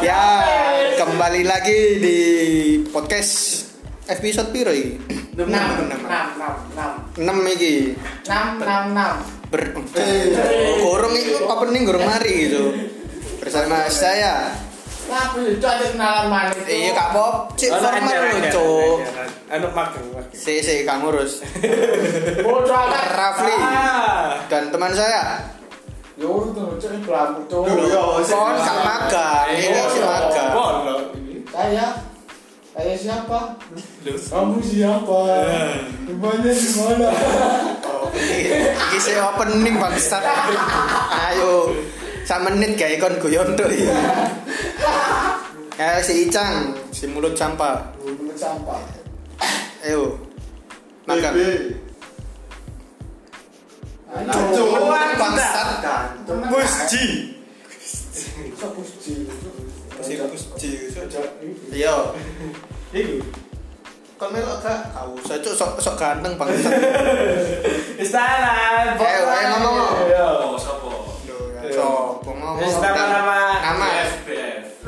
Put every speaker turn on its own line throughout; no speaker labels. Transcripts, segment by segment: Ya, kembali lagi di podcast episode piro iki?
enam enam enam enam enam
6 iki.
enam enam enam
Ber gorong itu opening gorong mari gitu. Bersama saya.
lah itu ada kenalan manis tuh.
Iya Kak Bob, cik
Ono
format
ajar, ajar,
lucu.
ajar. Anu magang, magang.
Si si Kang Urus
bodoh amat
Rafli
Ah.
dan teman saya.
ya udah cek pelaku tuh
iya,
Loh, ya, sih.
Kon gak magang, ini
Eh,
si magang.
Bolo ini.
saya saya siapa
Loh.
kamu siapa
Eh.
rumahnya di mana
Iki si opening bangsat. Ayo. Sak menit gawe kon guyon tok iki. Eh si Icang, si mulut sampah.
Mulut sampah
Ayo. Makan.
Ayo,
Cuan,
bangsat.
temen
Musji.
Sok puji.
Si Musji.
Iya.
Iku.
Kon melok gak? Gak usah cuk sok sok ganteng bangsat.
Istana.
Eh, eh, ngomong.
Iya.
Oh, sopo?
Sopo ngomong.
Wis, nama-nama.
Nama.
FBF.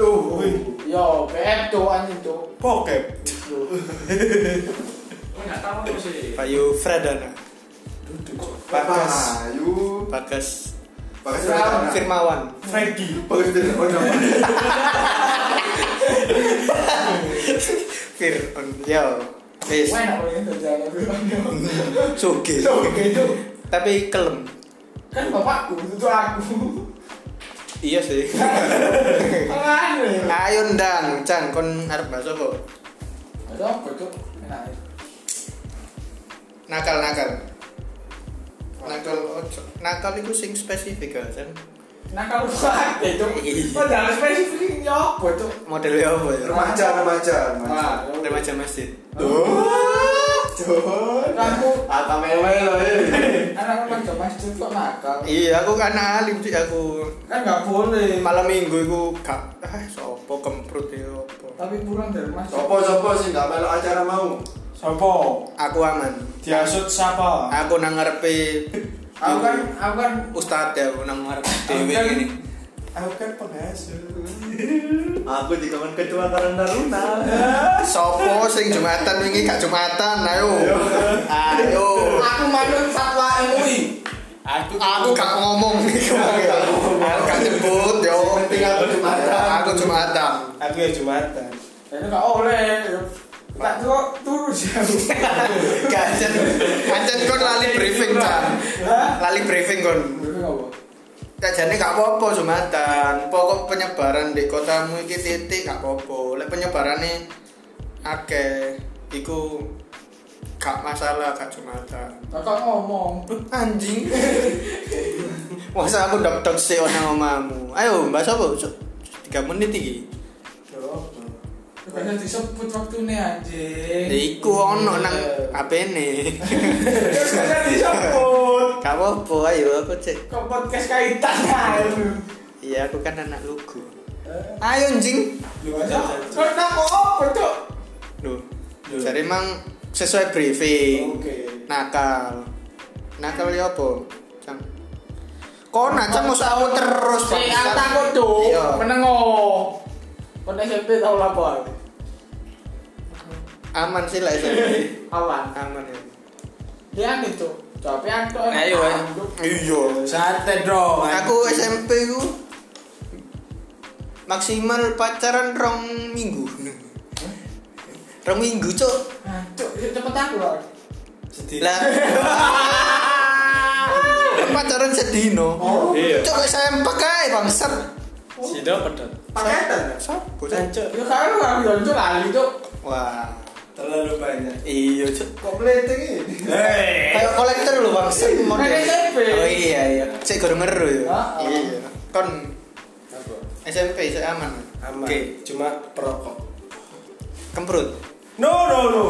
Yo, PM tuh anjing tuh.
Pokep.
Gue nggak tahu apa sih.
Bayu Fredana. Bagas.
Bayu,
Bagas.
Bagas
Firmawan.
Frankie.
Bagas Firman. Oh, nama.
Fir. Yo. Wis.
Wah, enak banget kerjaan aku.
Sugih.
Oke, tuh.
Tapi kelem.
Kan bapakku, itu tuh aku.
Iya sih.
Kan Ada
Ayo ndang, Cang kon arep bahas apa?
apa Nah, iya. tuh? Enak.
Nakal-nakal. Nakal ojo. Nakal iku sing spesifik kan. Cang.
Nah kalau buat itu,
Iya.
kok jangan spesifik ya apa tuh?
Modelnya apa ya?
iya. Remaja, remaja, remaja.
Nah,
Remaja masjid.
aku
Ata mewah Ah, loh. eh.
anak remaja masjid kok nakal.
Iya, aku kan alim sih aku.
Kan nggak boleh.
Malam Minggu iku gak ah sopo kemprut ya apa.
Tapi kurang dari masjid.
Sopo sopo sih nggak melok acara mau.
Sopo?
Aku aman.
Diasut siapa?
Aku nang ngarepe
Aku kan, aku kan,
ustaz ya aku nang ngarepe
Aku
dhewe
kan-
ngene.
Aku kan pengasuh.
Aku di kawan ketua Karang Taruna.
Sopo sing Jumatan wingi gak Jumatan ayo. Ayo.
aku manut satwa MUI.
Aku
Aku gak ngomong iku. Aku gak nyebut yo.
Penting aku Jumatan.
Aku Jumatan.
Aku ya Jumatan.
Ini nggak oleh. Tak kok turun sih.
Kancen kancen kon lali briefing kan.
Hah?
Lali briefing kon.
Berarti apa?
Kajane gak apa-apa Jumatan. Pokok penyebaran di kotamu iki titik gak apa-apa. Lek penyebarane akeh iku gak masalah gak Jumatan.
Kakak ngomong.
Anjing. Masa aku dok-dok sih ono omamu. Ayo, Mbak Sopo, Cuk. 3 menit iki.
Bukannya disebut waktu nih anjing. Iya.
Ya iku ono nang
Eh.
HP-ne.
Bukannya disebut.
Gak apa-apa, ayo aku cek.
Kok podcast kaitan ayo.
Iya, aku kan anak lugu. Ayo anjing.
Lu
Ayo,
Iya.
Kok nak apa tuh?
Duh. Jadi emang sesuai
Oh.
briefing.
Oke.
Nakal. Nakal ya apa? Cang. Kok nacang mau aku terus
Si
bangsat?
Anta kok tuh
Iya.
menengok. Kau SMP tahu lapor.
Aman sih lah SMP.
Awan.
Aman ya.
Dia itu. Tapi aku
Ayo, ayo. Iya.
Sate dong.
Aku SMP ku maksimal pacaran rong minggu. Rong minggu cok.
Cuk, cepet aku lah.
Sedih.
Lah. pacaran sedino.
Oh.
Iya.
Cok SMP kae bangsat.
Sido pedot.
Paketan.
Sopo Cok?
Cancuk.
Ya kan lu aku jalan tuh lali tuh.
Wah.
Terlalu banyak.
Iya cok.
Kok meleting ini?
Eh.
Hei.
Kayak kolektor lho bangsat model.
Kan SMP.
Oh iya iya. Cek guru ngeru ya.
Ah, ah.
Iya. Kon SMP saya aman.
Aman.
Oke.
Cuma perokok.
Kemprut.
No no no.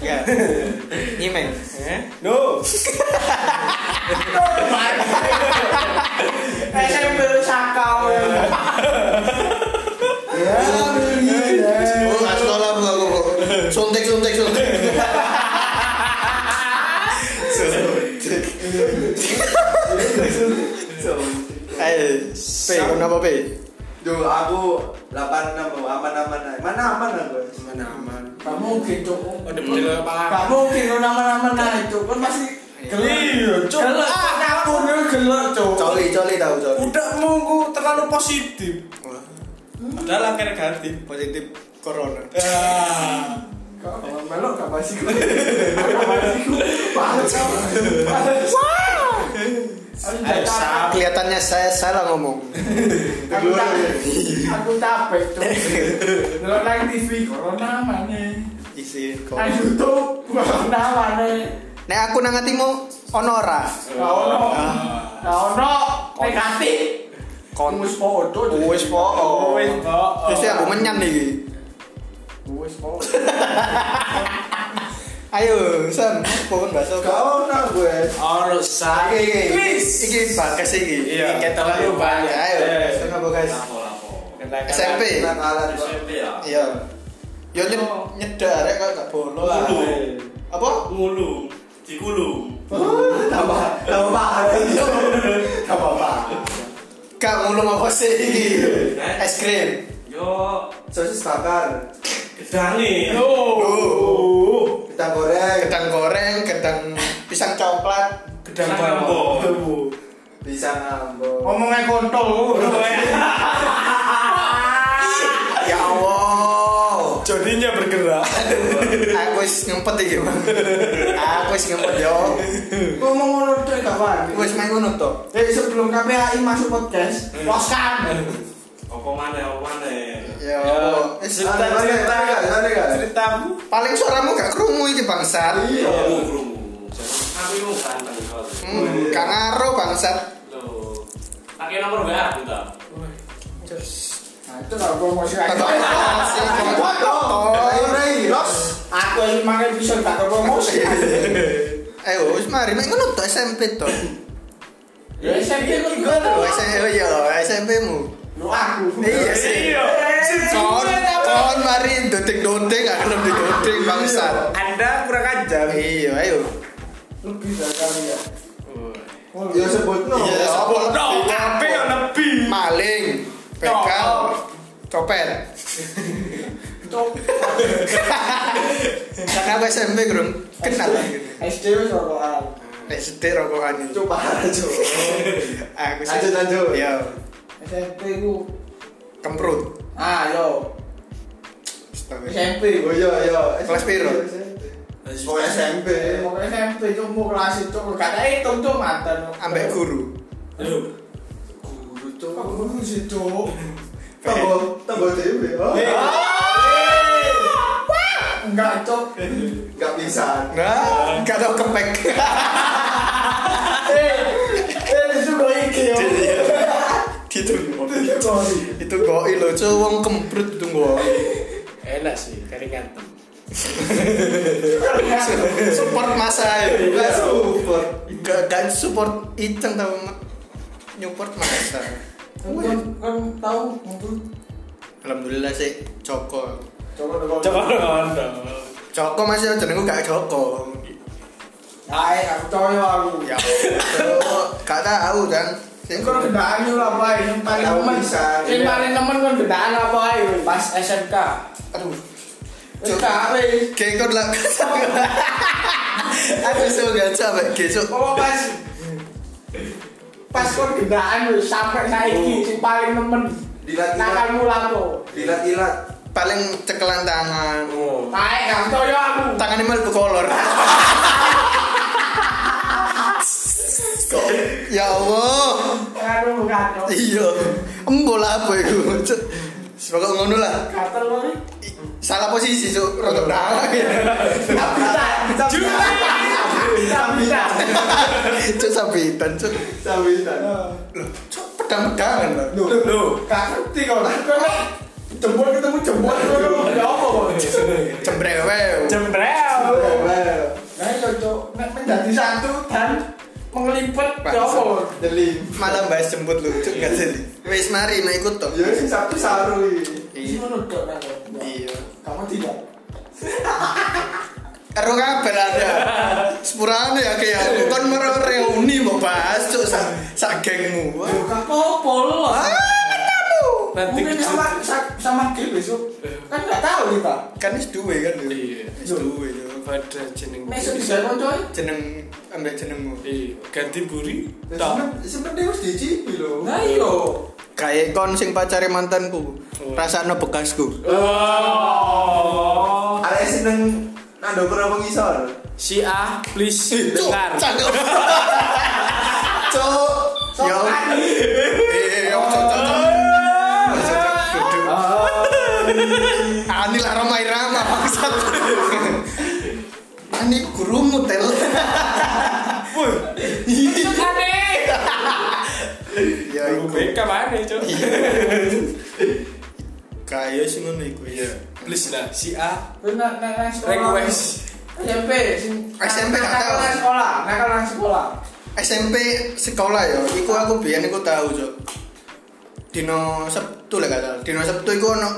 Ya. Nyimeng.
No.
SMP Eh, lu sakau.
Oh, nggak sekolah bu aku bu. Suntik, suntik, suntik. Eh, P, kenapa P?
Duh, aku 86 aman-aman aja. aman aku.
Gimana aman?
Gak mungkin cuk.
Oh, demi lo
Gak mungkin lo nama-nama nah itu kan masih gelap.
Iya, Cuk.
Gelap.
Ah,
Apapun lo gelap cuk.
Coli coli tahu coli.
Budakmu ku terlalu positif. Padahal angka negatif.
Positif corona.
Ah.
Kau kalau melok gak pasti gue. Gak pasti gue. Panas sama. Panas. Harus
Ayo,
jaga.
sa- kelihatannya saya salah ngomong.
Aku capek. Aku capek cuk. Lo nang TV corona mana?
Isi kok.
Nang YouTube corona mana?
Nek aku nang atimu onora.
Gak ono. Gak ono. Negatif.
Kon.
Wis foto.
Wis po.
Wes, kok.
Terus aku menyan iki.
Wis foto.
Ayo, Sam, pun bakso.
Kau nak gue.
Orang
Oke,
sakit.
iki iki bagas iki.
Iya.
Iki kita lalu banyak. Eh. Ayo,
Iya.
setengah bagas.
Ya, Lapo lapo.
SMP.
Kita kalah kok.
SMP ya.
Iya. Yo nyed nyedar ya kok gak bolo lah.
Bolo.
Apa?
Ngulung. Digulung.
Tambah tambah parah. Tambah parah.
Gak ngulung apa sih iki?
Eh?
Es krim.
Yo
Sosis bakar.
gedangi.
Oh.
Kita goreng.
Gedang goreng, gedang pisang coklat.
Gedang bambu.
Bisa ngambok.
Ngomongnya
Oh,
kontol. Ya Allah.
Jadinya bergerak.
Aku wis ngempet iki, Bang. Aku wis ngempet yo.
Gue mau ngono ya, tuh gak
Aku
apa
wis main ngono to.
Eh sebelum KPAI masuk podcast, poskan.
Apa mana apa mana.
Ya. Wis
eh, Cerita cerita enggak, cerita enggak.
Ceritamu.
paling suaramu gak krungu iki, bangsat.
Iya.
Krumu krumu. Tapi lu ganteng kau.
Hmm, gak ngaruh bangsat.
Lo. Pakai nomor WA aku tak.
Nah itu gak promosi
Gak
aja.
promosi, gak
Ayo
kontol.
Ray, los.
Aku yang makan bisa gak promosi.
Ayo, Eh, wis mari main ngono to SMP to.
Ya SMP kan gue
Oh, SMP yo, SMP-mu.
Lu aku.
Iya sih. Kon, kon mari dotik-dotik gak gelem didotik bangsat.
Anda kurang ajar.
Iya, ayo.
Lu bisa kali ya. Oh,
Yo sebut no.
Iya, sebut.
No, kabeh yo nebi.
Maling, begal, copet.
Cok.
Karena aku SMP belum kenal lagi.
SD wis rokokan.
SD rokokan itu.
Coba aja.
Aku sih-
Lanjut, lanjut.
Iya,
SMP ku.
kemprut.
Ah yo.
Astaga.
SMP.
Oh iya iya.
Kelas piro?
Oh SMP.
Pokoknya SMP cok mau kelas itu. Gak ada hitung cok mantan.
Ambek guru.
Lu.
Guru
Cok,
tuh.
guru sih cok.
Tambah tambah dewe. oh.
Enggak cok.
Enggak bisa.
Nah, gak tau kepek.
Eh, eh itu gue iki yo.
Itu
Iya,
itu goi lo, cowok wong kemprut itu goi.
Enak sih, keringan.
Support masa itu.
Enggak super.
Gak gak support itu tau Ma. Nyupport masa.
Kan kan tahu mungkin
Alhamdulillah sih Joko.
coba dong.
Coba dong.
Joko masih jenengku gak Joko.
Hai, Ya, eh, aku coyo aku.
Ya. Joko. Gak tahu kan. Sing
Ini kan gendaan yo lah bae, yang paling
Tahu
nemen.
bisa,
Yang
iya.
paling nemen kan gendaan apa ae pas SMK.
aduh.
Wis
Cuk.
kare.
Kayak kau lah. Aku so gak capek besok.
Pokok pas pas kon gendaan wis sampai saiki sing paling nemen.
Dilat-ilat.
Nakalmu lapo?
Dilat-ilat.
Paling cekelan tangan.
Hai, aku coyo aku.
Tangannya malah berkolor. Kok ya Allah.
Aduh, gatel.
Iya. Embol apa itu? Cuk. Semoga ngono lah.
Gatel lho. Ri.
I- Salah posisi cuk. Rotok darah.
Bisa, bisa. Bisa, bisa.
Cuk sabitan cuk.
Sawitan.
Loh, cuk pedang-pedangan lah.
Duh.
Lu,
Gak ngerti kau lah Kau lah Jempol ketemu kan. jempol Kau lah Gak apa Iya, kau
Cembrewe.
jembrel.
Nah itu cok Nek menjadi satu dan Mengelipet
Pak,
Ya apa kau
Delim.
Malah bahas jemput lu cuk gak jadi. Wis mari nek ikut to.
Ya,
Yo sing Sabtu saru
Iya.
Semua nuduk nah, kau.
Iya.
Kamu tidak
Karo kabel ada. Sepurane ya kayak aku kan merau reuni mau bahas cuk sak sak gengmu. Wah.
Gak apa-apa lo
Ah, matamu.
nanti
mungkin sama sa- sama G besok kan nggak tahu kita
kan is duwe kan yo
Iya.
is duwe ya. yo
pada jeneng
besok di jalan coy
jeneng ambek jenengmu
iya ganti buri
Ya,
tak
Semen- semennya harus dicipi loh nah iyo
kayak kon sing pacare mantanku rasane bekasku
oh
Ada seneng nando pernah mengisor.
si A please dengar
cangkem
Cuk,
yo
kan.
sopan.
eh ojo cocok Ani lah ramai rama bangsat. Ani gurumu tel. Ya
Aku
Iya, iku.
BK mana cok
Kaya sing ngono iku ya.
please lah si A
Terus nak- nak- nak sekolah.
request
SMP, sing-
SMP
nak-
nggak
nakal
tahu.
nang sekolah, nakal nang sekolah.
SMP sekolah ya. Iku aku biyen iku tau, Cok. Dino Sabtu lah kata. Dino Sabtu iku ono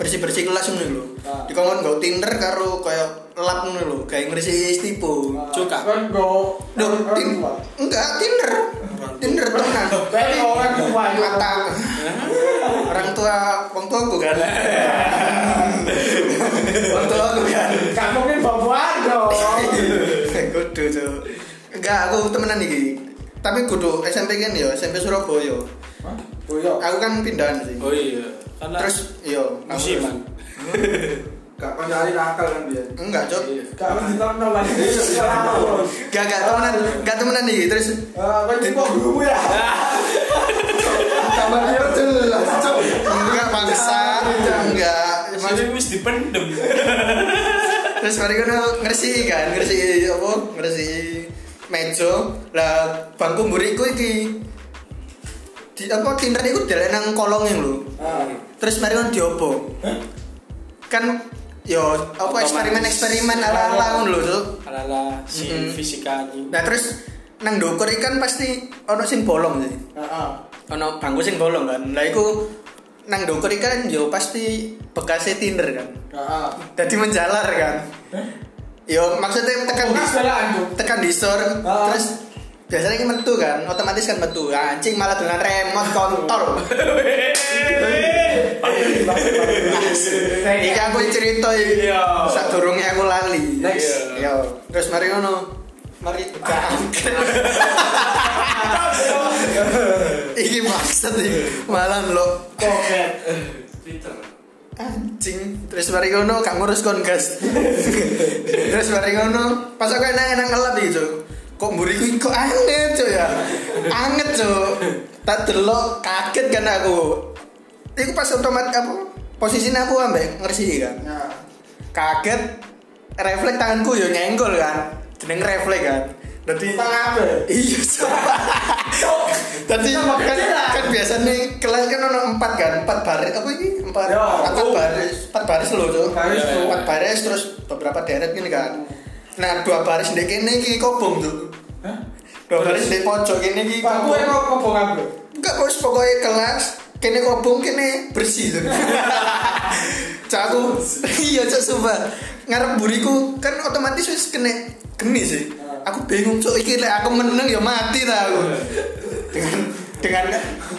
bersih-bersih kelas ngono lho.
Ah.
Dikongkon nggo Tinder karo koyo lap ngono lho, kayak ngrisi tipu.
Cuk,
Cuk, Kak.
kan go-
Duh,
orang
tin-
tua.
enggak Tinder. Tinder tenan.
Baik, orang tua, yuk.
Mata. Orang tua, orang tua aku kan. Orang tua aku kan.
Nggak mungkin babuan dong.
Kudu tuh. Enggak, aku temenan iki. Tapi kudu SMP kan ya, SMP Surabaya.
Hah? Oh, iya.
Aku kan pindahan sih.
oh iya karena
Terus iya, aku-
musiman
Nggak kan nyari nakal kan dia.
Enggak, Cok.
Iya.
Nggak kan ditonton lagi. Sekolah terus.
Enggak, enggak temenan, enggak temenan iki. Terus
Ah, kan ini kok gurumu ya? Tambah dia jelas, Cuk.
enggak bangsa, enggak.
masih wis dipendem
terus mari kono ngresi kan ngresi apa ngresi meja lah bangku mburiku iki di apa tinder iku delek nang kolonge lho
Ah.
terus mari kono diopo kan yo apa
Otomatis.
eksperimen eksperimen ala ala ngono lho Cuk.
ala si
Mm-mm.
fisika ini
nah terus nang dokter ikan pasti ono sing bolong sih
Ah, ah.
ono bangku sing bolong kan lah iku nang dokter ikan yo pasti bekasnya tinder kan
Ah, ah.
jadi menjalar kan yo maksudnya tekan
Nah,
di
sebelah, Cuk.
tekan di store
Ah.
terus biasanya ini metu kan otomatis kan metu anjing malah dengan remote kontol
Iya.
ini aku cerita ini
Iya.
saat durungnya aku lali
Next.
Iya. terus mari ngono mari ini maksud ini malah lo
Koket.
Twitter.
anjing terus mari ngono gak ngurus kon gas terus mari ngono pas aku enak enak ngelap gitu kok mburiku iki kok anget cuy ya anget cuy tak delok kaget kan aku itu pas otomat apa posisinya aku ambek ngersi kan
Nah.
kaget refleks tanganku yo nyenggol kan jeneng refleks kan jadi
Tengah apa?
iya coba tadi
Sama
kan,
kecil lah.
kan biasanya kelas kan ada empat kan empat baris apa ini empat
Ya,
empat
oh.
baris empat baris loh tuh
Baris
Iya,
tuh.
empat baris terus beberapa deret gini kan nah dua baris di kene iki kobong tuh
Hah?
dua baris di pojok kene iki
Bangku yang
kobong
kok kobong apa?
enggak bos pokoknya kelas kene kobong kene bersih tuh cak aku iya cak sumpah ngarep buriku kan otomatis wis kene geni sih aku bingung cok iki lek aku meneng ya mati ta aku dengan dengan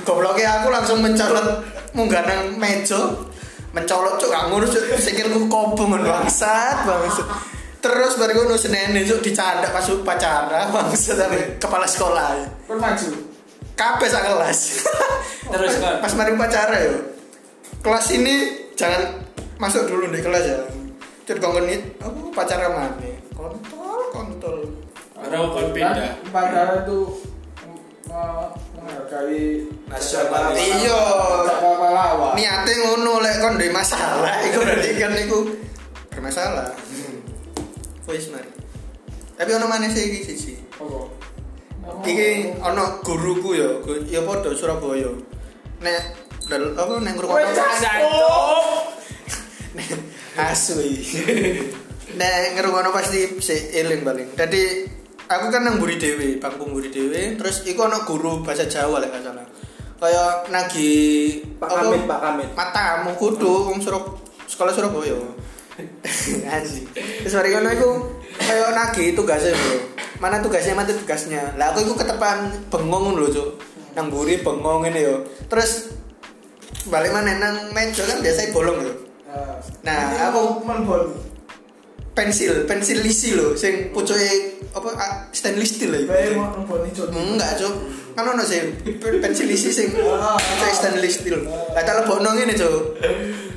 gobloknya aku langsung mencolot munggah nang meja mencolot cuk gak ngurus cuk sikilku kobong kan, bangsat bangsat terus baru gue nusin nenek cuk dicanda pas upacara bangsat sampai kepala sekolah
Kan maju.
kabeh sak kelas
Terus, Kon?
pas mari upacara yo kelas ini jangan masuk dulu di kelas ya cuk kongkon ini apa upacara mana kontol kontol
Orang kan pindah.
Kan Padahal itu eh, menghargai
Nasional.
Iya.
Sama pahlawan.
niate ngono lek kon duwe masalah iku berarti kan iku bermasalah Hmm. wis mari tapi ono maneh sih iki siji
Apa?
iki ono guruku yo gu- yo padha Surabaya nek dal apa nek
Wes,
ngrungokno asu iki nek ngrungokno pasti sik eling paling dadi aku kan nang mburi dhewe bangku mburi dhewe terus iku ono guru bahasa Jawa lek gak salah kaya nagi
Pak
apa?
Kamit, Pak Kamit.
matamu kudu wong Surab sekolah Surabaya. Anjing. Terus mari ngono iku kaya nagih tugasnya bro. Mana tugasnya mana tugasnya. Lah aku iku ketepan bengong lho, Cuk. Nang buri bengong ngene yo. Terus balik mana nang meja kan biasanya bolong lho. Nah, aku
menbol.
pensil, pensil lisi lho sing pucuke apa ah, stainless steel lho.
Bae mau menbol iki cok.
Enggak, Cuk. Kan ono sing pen- pensil lisi sing pucuke stainless steel. Lah tak lebokno ngene, Cuk.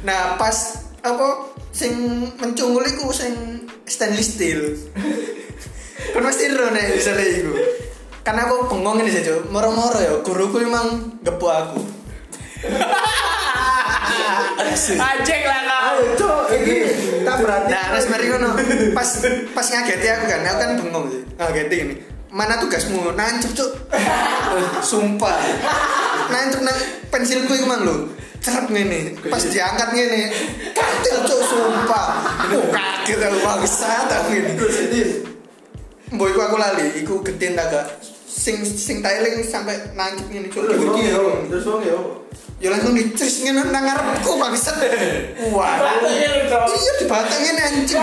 Nah, pas apa sing mencungul iku sing stainless steel. kan mesti ero nek misalnya iku. Kan aku bengong ini sih, Cuk. Moro-moro ya guruku emang gepo aku.
Ajek lah kau.
Ayo cok, iki tak berarti.
Nah, terus mari ngono. Pas pas ngageti aku kan, aku kan bengong sih. Ngageti ini. Mana tugasmu? Nancep, Cuk. Sumpah. Nancep nang pensilku iku mang lho. Cerep ngene. Pas diangkat ngene. Katil, Cuk, sumpah. Aku kaget aku bangsa tak ngene.
Iku sedih.
Mbok iku aku lali, iku getin tak gak sing sing tailing sampai nancep ngene, Cuk.
Terus wong
Iki
yo,
yo.
terus wong yo.
Yo langsung dicis ngene nang ngarepku bangsat. Wah. Iya dibatengin anjing.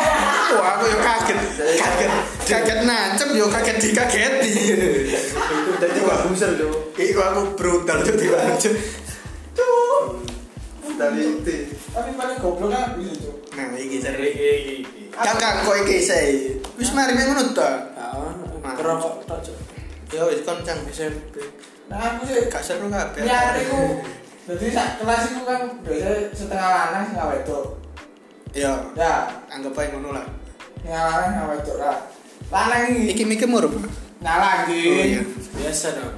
Wah, aku yo kaget. Kaget. Kaget nancep yo kaget dikageti.
Itu tadi gua buser cok.
Iku aku brutal tuh dibantu.
Cok.
Dari itu.
Tapi paling goblok kan aku sih cok.
Nah, iki
Jadi,
jare.
iki, iki, iki.
Kakak kok iki saya. Wis mari nek ngono ta.
Kerokok tak cok.
Yo wis koncang SMP.
Nah aku sih
Gak seru kabeh.
niat iku. Jadi sak kelas iku kan biasa setengah lanang setengah wedok.
Yo,
Ya,
anggap ae ngono lah.
setengah lanang setengah wedok lah. Lanang iki
Iki iya. mikir murub.
nyalang iki. Nah,
Biasa dong.
Oh,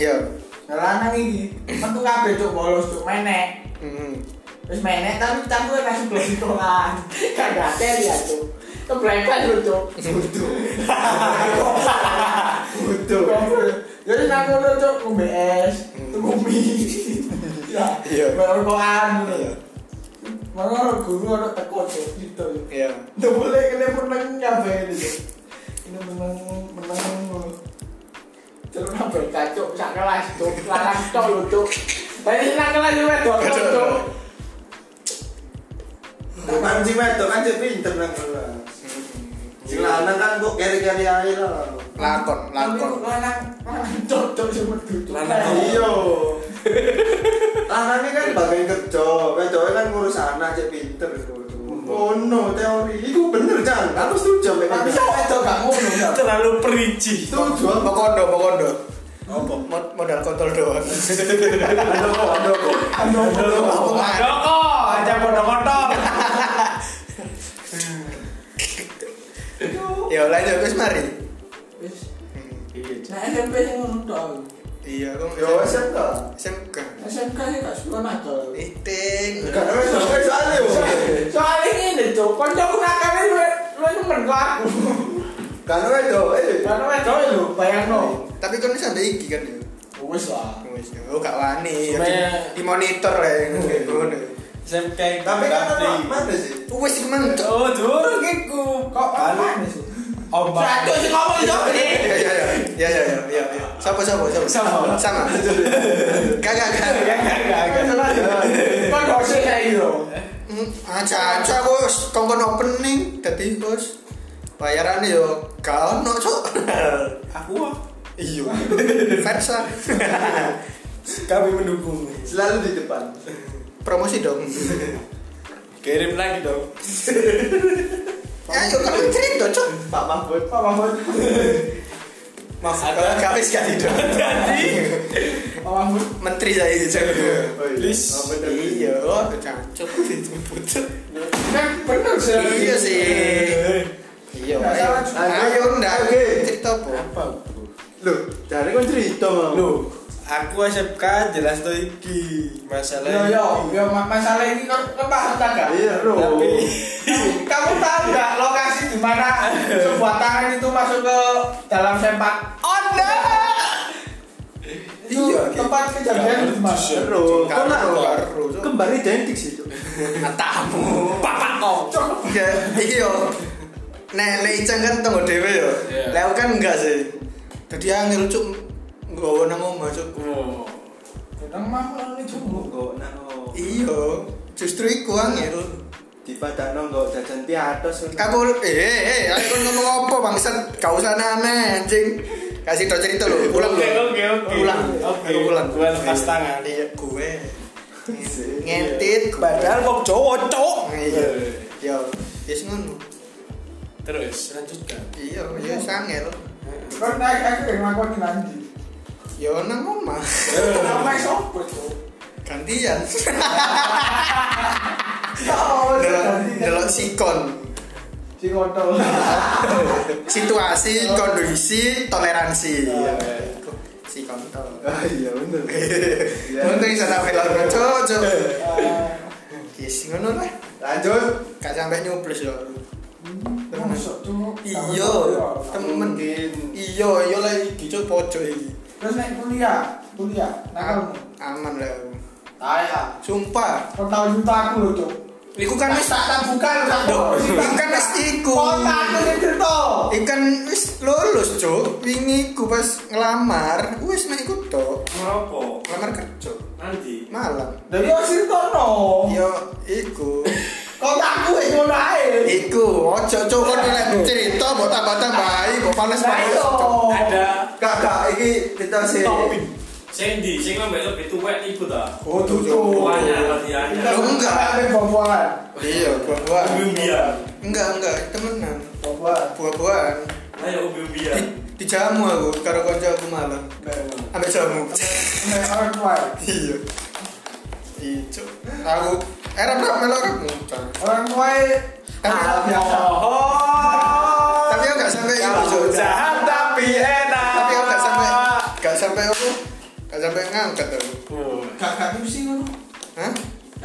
Yo.
Lanang iki metu kabeh cok bolos cok menek.
Heeh.
Terus mainnya tapi campur kan? nasi belentongan Gak gatel ya tuh Keblekan lu tuh Butuh Butuh Terus aku lu tuh ngombe es Tunggu mie Ya
Iya.
Belentongan
Iya.
Mana orang guru ada teko tuh Gitu
Yo.
Nggak boleh kena gitu. menang ngabe ini tuh Kena menang Menang Terus ngabe kacau Sak kelas tuh Larang tuh lu tuh Tapi sak kelas juga tuh Tuh
Bukan si wedok kan si pinter nang kelas. Si lanang kan kok keri-keri ae lah.
Lakon, lakon.
lanang lanang cocok sama duduk
Lanang.
Iya. Lanang ini kan bagian kerja, wedoknya kan ngurus anak aja pinter. Oh no, teori itu bener Cang. Aku setuju gitu. Mbak.
tapi sama itu gak ngono ya
Terlalu perinci.
Setuju aku.
Pokondo, pokondo.
Apa?
Mod- Modal kontrol doang.
Ada kok, ada kok.
anu
Apa nggak?
Doko, aja bodoh bodoh.
Yo Ya, lanjut wis mari.
Wis.
Hmm.
Iya, Cok.
nah SMP sing ngono tok aku.
Iya, aku
Yo SMK.
SMK.
SMK sih gak suka nakal
Meeting.
Kan wes wes ale yo.
soalnya ini cok kancaku nakal lu lu nemen kok aku
Kan wes yo. Eh.
karena wedok lu bayangno
Tapi kan sampe iki kan ya.
wis lah
Wis, oh gak wani. Ya,
Supaya-
di, di monitor lah yang kayak ngono.
SMK
Tapi kan
Bakti.
anak mana sih?
Wis men. Cok.
Oh, durung iku.
kok apa sih
Ombak.
satu sih ngomong cok
Iya,
Ya ya ya. Ya ya ya, ya. ya. Sapa sapa sapa.
Sama.
Sama. Kagak
Gak,
kagak.
gak, gak, gak.
kan gak usah kayak gitu
Hmm, Aja aja aku wis kongkon opening dadi host. Bayarane yo gak ono, Cuk.
Aku ah.
Iya. Versa.
kami mendukung.
Selalu di depan.
Promosi dong.
Kirim lagi dong.
Ayo kamu Ya, cerita, Cuk.
Pak Mahfud.
apa mahmud
Maaf, kalau gak wis gak hidup.
apa mahmud
menteri saya ini cewek
Oh, iya.
Lis.
Oh, bener.
iya oh cocok dijemput
kan bener sih
iya sih iya
Nggak
ayo
salah, Cuk.
ayo ndak
Oke.
cerita apa
Apa? Bu?
Loh, dari kan cerita mau.
Loh, aku SMK jelas tuh iki masalah.
Yo yo, yo ma- masalah ini kan lepas tak gak?
Iya, loh.
Tapi-
Kamu tahu nggak lokasi di mana sebuah tangan itu masuk ke dalam sempak?
oh ndak
Itu
Iya,
tempat kejadian di mana?
Seru.
Karo,
Kok nak
karo, Cuk.
Kembar identik sih, Cuk.
tamu papat kok ya iki yo nek nek icang kan tunggu dhewe yo
Iya.
lek aku kan enggak sih dadi angel cuk nggawa nang omah cuk
Oh.
Kadang mah kalau ini cuma
Kok nang
iya justru iku angel
di padano nggak jajan piatos kan
Kamu eh eh eh, aku ngomong apa bangsat? Kau sana aneh anjing. Kasih tau cerita lu, pulang lu.
Oke, oke, oke.
Pulang. Iya.
Oke.
Aku pulang.
Gua lepas tangan.
Iya, gue. ngentit
Padahal kok Jawa, cok.
iya yo wis ya ngono
Terus lanjutkan.
iya yo sangel
Kan naik aku yang ngakoni nanti.
yo Ya nang omah
Kenapa sopo, cok?
gantian
Oh,
delok
jadi-
delok sikon
Si kontol. Eh,
situasi kondisi toleransi
Iya.
si kontol
Ah iya bener. Iya.
untung bisa tak pelor cocok
Eh,
yes Ya ngono lah
Lanjut.
gak sampai nyoblos yo
Temen sok cok.
iya temen
Mungkin.
iya iya lah iki cok pojok iki
Terus naik kuliah, kuliah. Nakalmu.
aman lah aku.
Ayah.
sumpah
Kau tahu juta aku loh, cok.
iku kan wis
tak buka Kan lu tak
Duh, ikan wis iku
aku yang cerita.
ikan kan wis lulus cok wingi ku pas ngelamar wis nek iku tok
Meropo.
ngelamar kerja
Nanti.
malam
Dari kau iya, cerita no.
yo iku
Kau tak aku yang ngono ae.
Iku, ojo coba nih cerita buat tambah-tambahi, buat
Nah,
panas-panas.
itu.
Ada
Kak kak ini kita sih.
Topik.
Sandy, sing lembek lebih tuwek iku ta.
Oh, tutup.
Tuanya latihannya.
Lu enggak.
Sampai buah-buahan.
Iya, buah-buahan.
Umbi-umbian.
Enggak, enggak, temenan.
Buah-buahan.
Buah-buahan. Di,
Ayo umbi-umbian.
dijamu aku, karo konco aku malam. Ambil jamu.
Sampai orang tua.
iya. Ijo. Aku, erap rap melo rap muncul.
Orang tua.
Tapi-
Alhamdulillah.
Tapi aku nggak sampai itu, Cuk.
Jahat tapi enak.
Tapi aku nggak sampai, nggak sampai aku, nggak sampai ngangkat aku.
Kakak itu sih ngono.
Hah?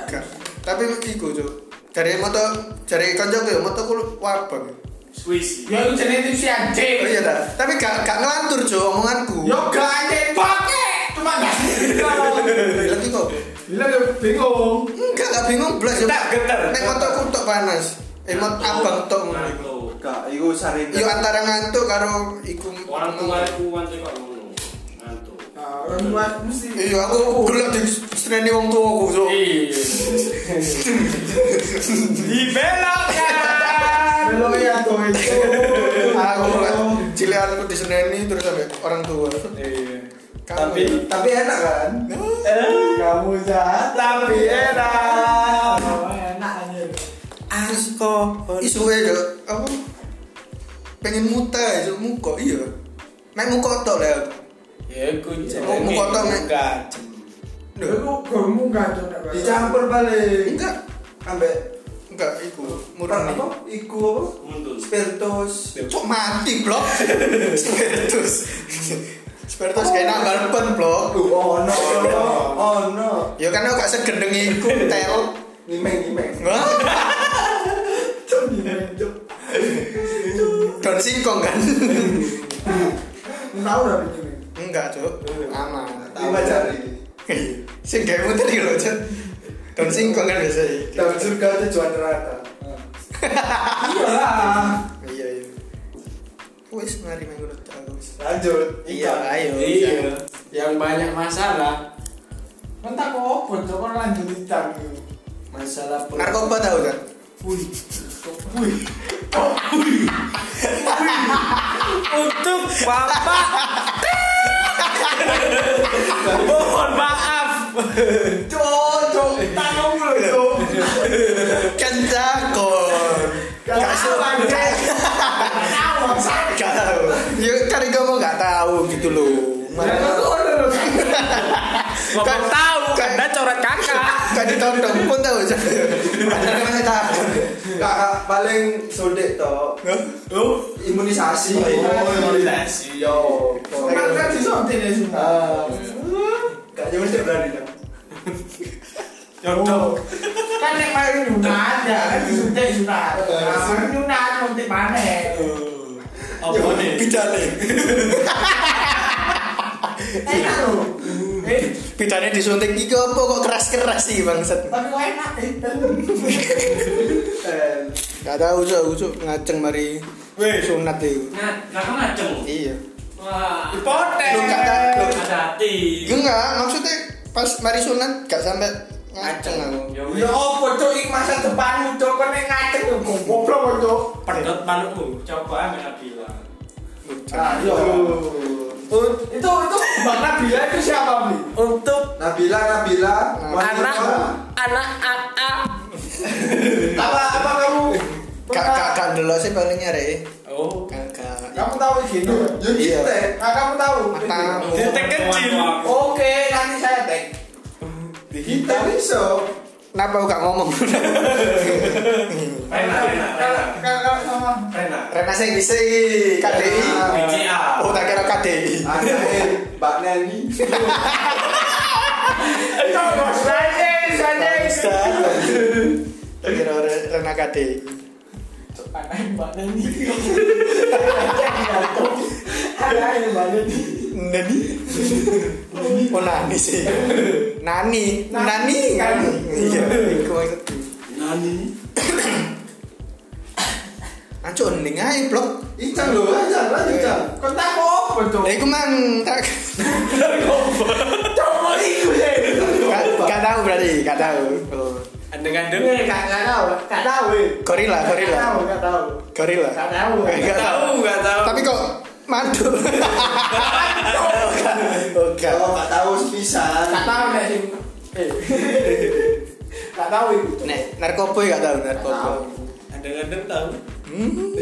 Enggak. Tapi iku, Cuk. Dari moto, dari konco aku ya, moto aku wabang.
Squeezy.
Ya lu jenis itu sih
Oh
anjing.
iya dah. Tapi gak gak ngelantur jo omonganku.
Yo gak anjing pakai. Cuma gak
bilang kok.
Gila lu bingung.
Enggak gak bingung blas yo.
Tak geter.
Nek motoku tok panas. Emot abang tok ngono iku.
Mantu.
Kak, iku saring.
Yo antara ngantuk karo iku.
Orang tua iku wanci kok ngono. Mantu.
Nah, orang tua mesti.
Iya aku gelap di streni wong tua aku so.
Iya.
Dibelokkan.
Belum ya tuh itu. À,
Aku lah, cilianku di streni terus sampai orang tua. ya?
Tapi
Tapi enak kan?
Kamu jahat
tapi enak.
Enak aja.
asko isuwe yo apa pengen muta yo muko iya. Nek muko tok lah. aku.
Ya kunci.
Mau- mau kotor, Oh, Mek? Duh.
Lu kamu gak tuh
Dicampur balik.
Enggak,
Ambek
enggak iku
orang
murni.
apa? Iku apa?
Mundur.
Spiritus.
Cok mati blok. Spiritus. Spiritus kayak nambal pen blok.
Oh no, oh no.
Ya kan aku gak segendeng iku tel.
Ngimeng ngimeng.
Wah,
Cuk, ngimeng, cuk.
Don singkong kan?
Tahu udah begini.
Enggak, Cuk. Aman.
Lima jari.
Sing gawe muter iki lho, Cuk. Don singkong kan biasa iki.
Dalam surga tujuan neraka.
Hmm.
Iya lah.
Ah.
Iya, iya. Wis mari minggu depan aku wis.
Lanjut.
Iya, ayo.
Iya. Yang banyak masalah.
Entah kok apa coba lanjut hitam.
Masalah per-
Narkoba tau kan?
Wih. Wih.
Oh,
Untuk Bapak. Mohon maaf.
Cocok. Tahu loh itu.
Kan Kencakon. Gak sopan, Cuk.
Tahu bangsa.
Gak tahu. Ya kan kamu gak tahu gitu loh.
Ya
Mana-
itu udah loh.
Kan-
Bapak tahu
kan-
Anda coret kakak.
Gak ditodong pun tahu. Cuk. Padahal kan kita tahu.
Kakak paling sulit toh.
Oh,
Imunisasi.
iya.
imunisasi.
Yo.
Kan kan disuntik ya sudah.
Ah. Kak Jumlah sih berani Kak.
Jodoh.
Kan yang paling sunat ya kan disuntik sunat. Nah,
Ah.
paling sunat suntik mana? ya?
Apa nih?
Pidane.
Enak loh. Eh,
Pidane disuntik iki apa kok keras-keras sih bangsat.
tapi kok enak eh.
Eh,
Gak tahu Cuk, aku Cuk ngaceng mari
Weh.
sunat itu.
Nah, nah kamu ngaceng.
Iya.
Wah.
Hipotek.
Lu gak tahu.
Hati-hati.
Enggak, maksudnya pas mari sunat gak sampai ngaceng aku.
Ya
Ya
wis.
apa cok iki masa depanmu cok kok nek ngaceng yo goblok kok cok.
Pedot manukmu. Coba aja bilang.
Nah, iya.
Ah, yo.
Itu itu Bang Nabila itu siapa, Bli?
Untuk
Nabi Nabila Nabila
Anak.
anak AA
apa apa kamu
Kak kak kak dulu sih palingnya re.
Oh.
Kakak.
kamu tahu gini Yun
Iya.
Cipte ah kamu tahu
Tahu.
Titik kecil.
oke nanti saya tag
kita bisa
Kenapa aku gak ngomong?
Rena, Rena, Rena.
kakak sama
Rena.
Rena sing bisa iki. KDI.
BCA.
Oh tak kira KDI.
ada eh, Mbak Neni
Sanchez Sanchez
Bisa. Tak kira Re- Rena KDI.
anaknya mbak Neni anaknya mbak Neni
Nani. Oh Nani sih. Nani. Nani.
Nani.
Iya. Iku maksudku.
Nani.
Ancuk ending ae blok.
Icang loh aja lanjut Cang.
kau tak mau apa tuh
Lah iku man tak
coba itu deh
gak tahu berarti, gak tahu. Oh.
Andeng-andeng.
Eh, gak gak tahu gak tahu eh.
Gorilla,
gak
gorilla.
tahu gak tahu
Gorilla.
gak tahu
Eh,
Gak tahu, gak tahu.
Tapi kok mantu. Oke.
oh nggak tahu sepisan
gak tahu nih sih Eh. gak tahu itu
Nek narkoba ya gak tahu narkoba.
tahu
Andeng-andeng tahu.
Hmm.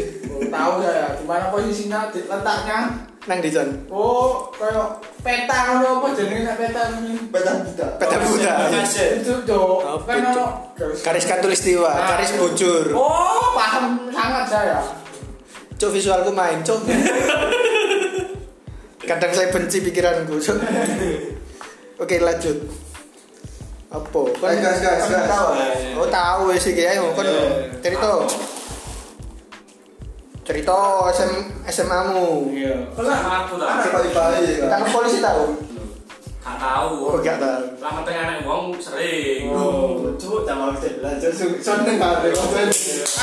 tahu saya di mana posisinya di- letaknya
Nang di John.
oh kayak peta ngono apa jenenge nek peta ngono
Baca budak
Peta Buddha.
itu tuh
Apa
kan
itu?
ono
Garis katulistiwa,
Ah.
garis bocor.
oh paham sangat saya
Cuk visualku main, cuk. Kadang saya benci pikiranku, cuk. Oke, lanjut. Apa? Kon-
Eh, guys, guys,
kon
guys. Iya,
tahu? Oh, tahu wis iki ayo kon cerita. Cerita SM, SMA-mu.
Iya. Sama aku tak.
anak bayi-bayi kan
Tangkap polisi tahu?
Gak tahu.
Oh, gak tahu.
Lama tengah anak wong sering.
Oh, cuk, jangan mau belajar seneng kan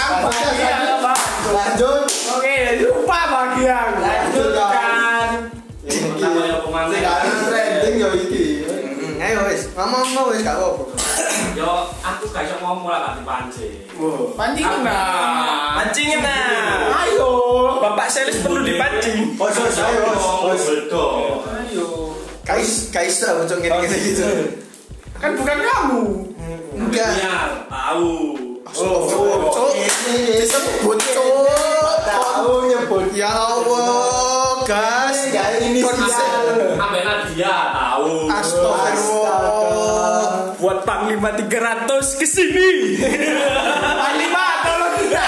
apa
ya,
iya apa
lanjut
oke lupa bagian lanjutkan
pertama yang pemanen.
Sekarang trending ya iki.
Mm, ayo wis, ngomong ngomong wis gak apa-apa.
Yo, aku gak iso ngomong lah gak dipancing.
Oh.
pancing
Aku-
enggak
Pancingin nah.
ayo
Bapak Selis perlu dipancing.
Oh,
Bos, bos, ayo,
Oh,
bos, bos.
Betul.
ayo
Kais kais lah muncul ngene ngene
Oh,
gitu.
iya.
kan bukan kamu
Enggak.
Biar iya, tahu.
Astagfirullah, Cuk. Disebut, Cuk.
Tahu nyebut
Ya Allah, gas.
Gak ini
Konsep.
Sampai dia tahu.
Astagfirullah.
Buat Panglima 300 kesini.
panglima tolong kita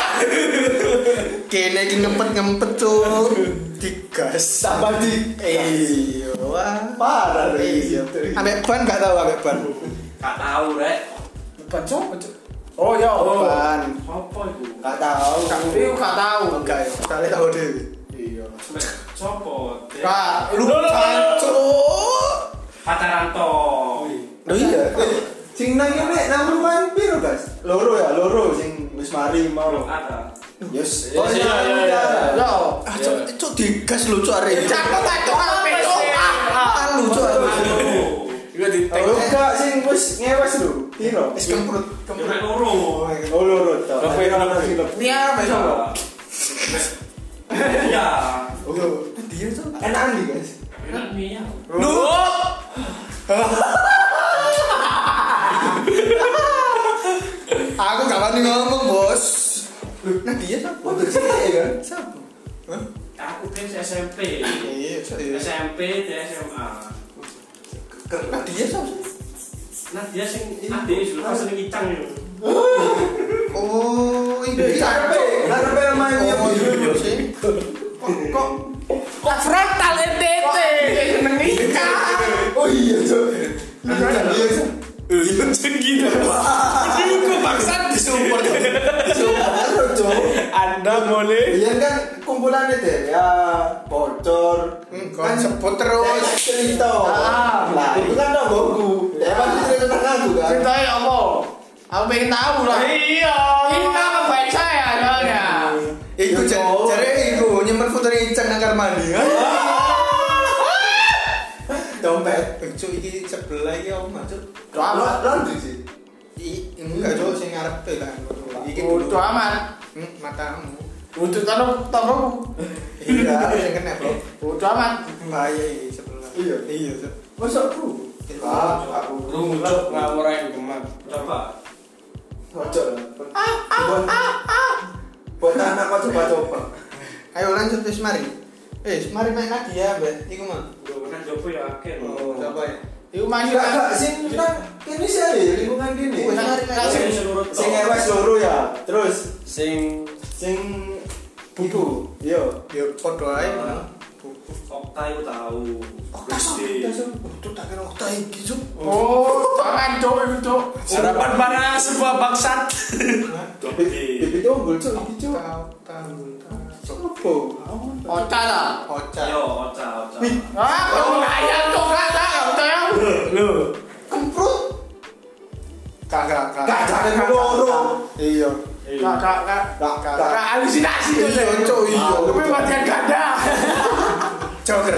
Kene iki ngempet-ngempet, Cuk. Digas.
Tambah di
Iya. wah.
parah loh
Iya.
gitu.
Ambek ban gak tahu ambek ban.
Gak tahu rek.
bukan coba oh ya
Ban.
Sopo Oh, itu?
Gak tahu.
Iya, gak tahu.
Enggak ya. Kali tahu dhewe.
Iya.
Sopo?
Kak, lu Cuk.
Pacaran toh.
Loh iya.
Sing nang ngene nang rumah piro, Guys? Loro ya, loro sing wis mari
Belum
mau.
ada.
Yes.
Iya, iya, iya, iya.
ya
Ah, Cuk, Cuk digas lu, Cuk arek.
Cakep, Pak, Cuk. Apa, Cuk? Ah,
Ah, lu, Cuk.
Aduh.
Juga di
Lu gak sing wis ngewes lho. Piro?
Es kemprut. iya.
Yo rek loro.
Oh, loro to.
Berapa yang nomor?
ini apa ya
Iya.
Oh,
Dia Oh. tuh.
enak nih, Guys.
Enak nih ya.
Lu.
Aku gak wani ngomong, Bos. Nah, dia siapa?
Untuk cewek kan?
Siapa?
Aku kan SMP.
Iya, iya.
SMP di SMA.
Nah, dia siapa?
Nah dia sing adik sudah sering kicang yo.
Oh, ini
Iya,
siapa?
Kenapa yang main yang
Oh, iya, iya,
biru?
sih.
Kok
kok frontal NTT seneng nikah
Oh iya, Cok. Iya, iya, Cok.
Iya, gitu. Juga bangsat
Disumpor.
Baru, Cok.
Anda boleh.
Iya kan kumpulan itu ya, bocor.
Kan sebut terus.
Terus cerita.
Ah.
Lah, itu kan nonggoku. Ya pasti cerita tentang aku kan.
ceritanya apa aku pengen tahu lah
Iya.
ini nama baik saya soalnya
Iku
Iya,
jar-
Cok.
jare iku nyimpen foto Icang nang kamar mandi.
Dompet.
Eh, Cuk, iki sebelah iki omah, Cuk.
Doa amat
Laundry sih.
I- Enggak, Cuk, sing ngarepe kan.
Oh,
Iki dulu.
Doa amat
Hmm, matamu.
Untuk taruh taruh
Iya, harus yang kena, Bro.
Bodoh amat
Bahaya iki sebelah.
Iya.
Iya, Cuk.
Masuk aku.
Iya.
Ah, aku.
Kerungu
Cuk,
lah.
ngawur aja di Demak.
Coba.
Ojo lah. Buat buat anak kau coba-coba.
Ayo lanjut wis mari. Eh, mari main lagi ya, Mbak. Iku mah.
Lu kan jopo ya akeh.
Oh.
Siapa ya? Iku maju
Enggak
kan.
enggak sih nang Nah, ini sih ada lingkungan gini.
Wis mari
Sing
main.
seluruh
Sing RW seluruh ya. Terus
Sing
sing buku. Iya.
Yo podo Ya, ae.
Ah. Okta itu tahu. Gusti.
Itu Oh, tak kira kota iki, Cuk.
Oh, tangan cok itu cok.
harapan para sebuah bangsat.
Iya.
Gusti.
Bibit unggul cuy, iki cuy.
Kota Munta.
Sopo?
Oca lah.
Oca.
Yo, oca, oca.
Ah, kau ayam cok lah tak oca.
Loh,
Kemprut. Kagak,
Gak
kagak.
ada loro.
Iya.
Eh,
Kak, kak, kak.
Gak gak.
Kak halusinasi cok.
Iya, Cuk, iya.
Tapi matian ganda.
Joker.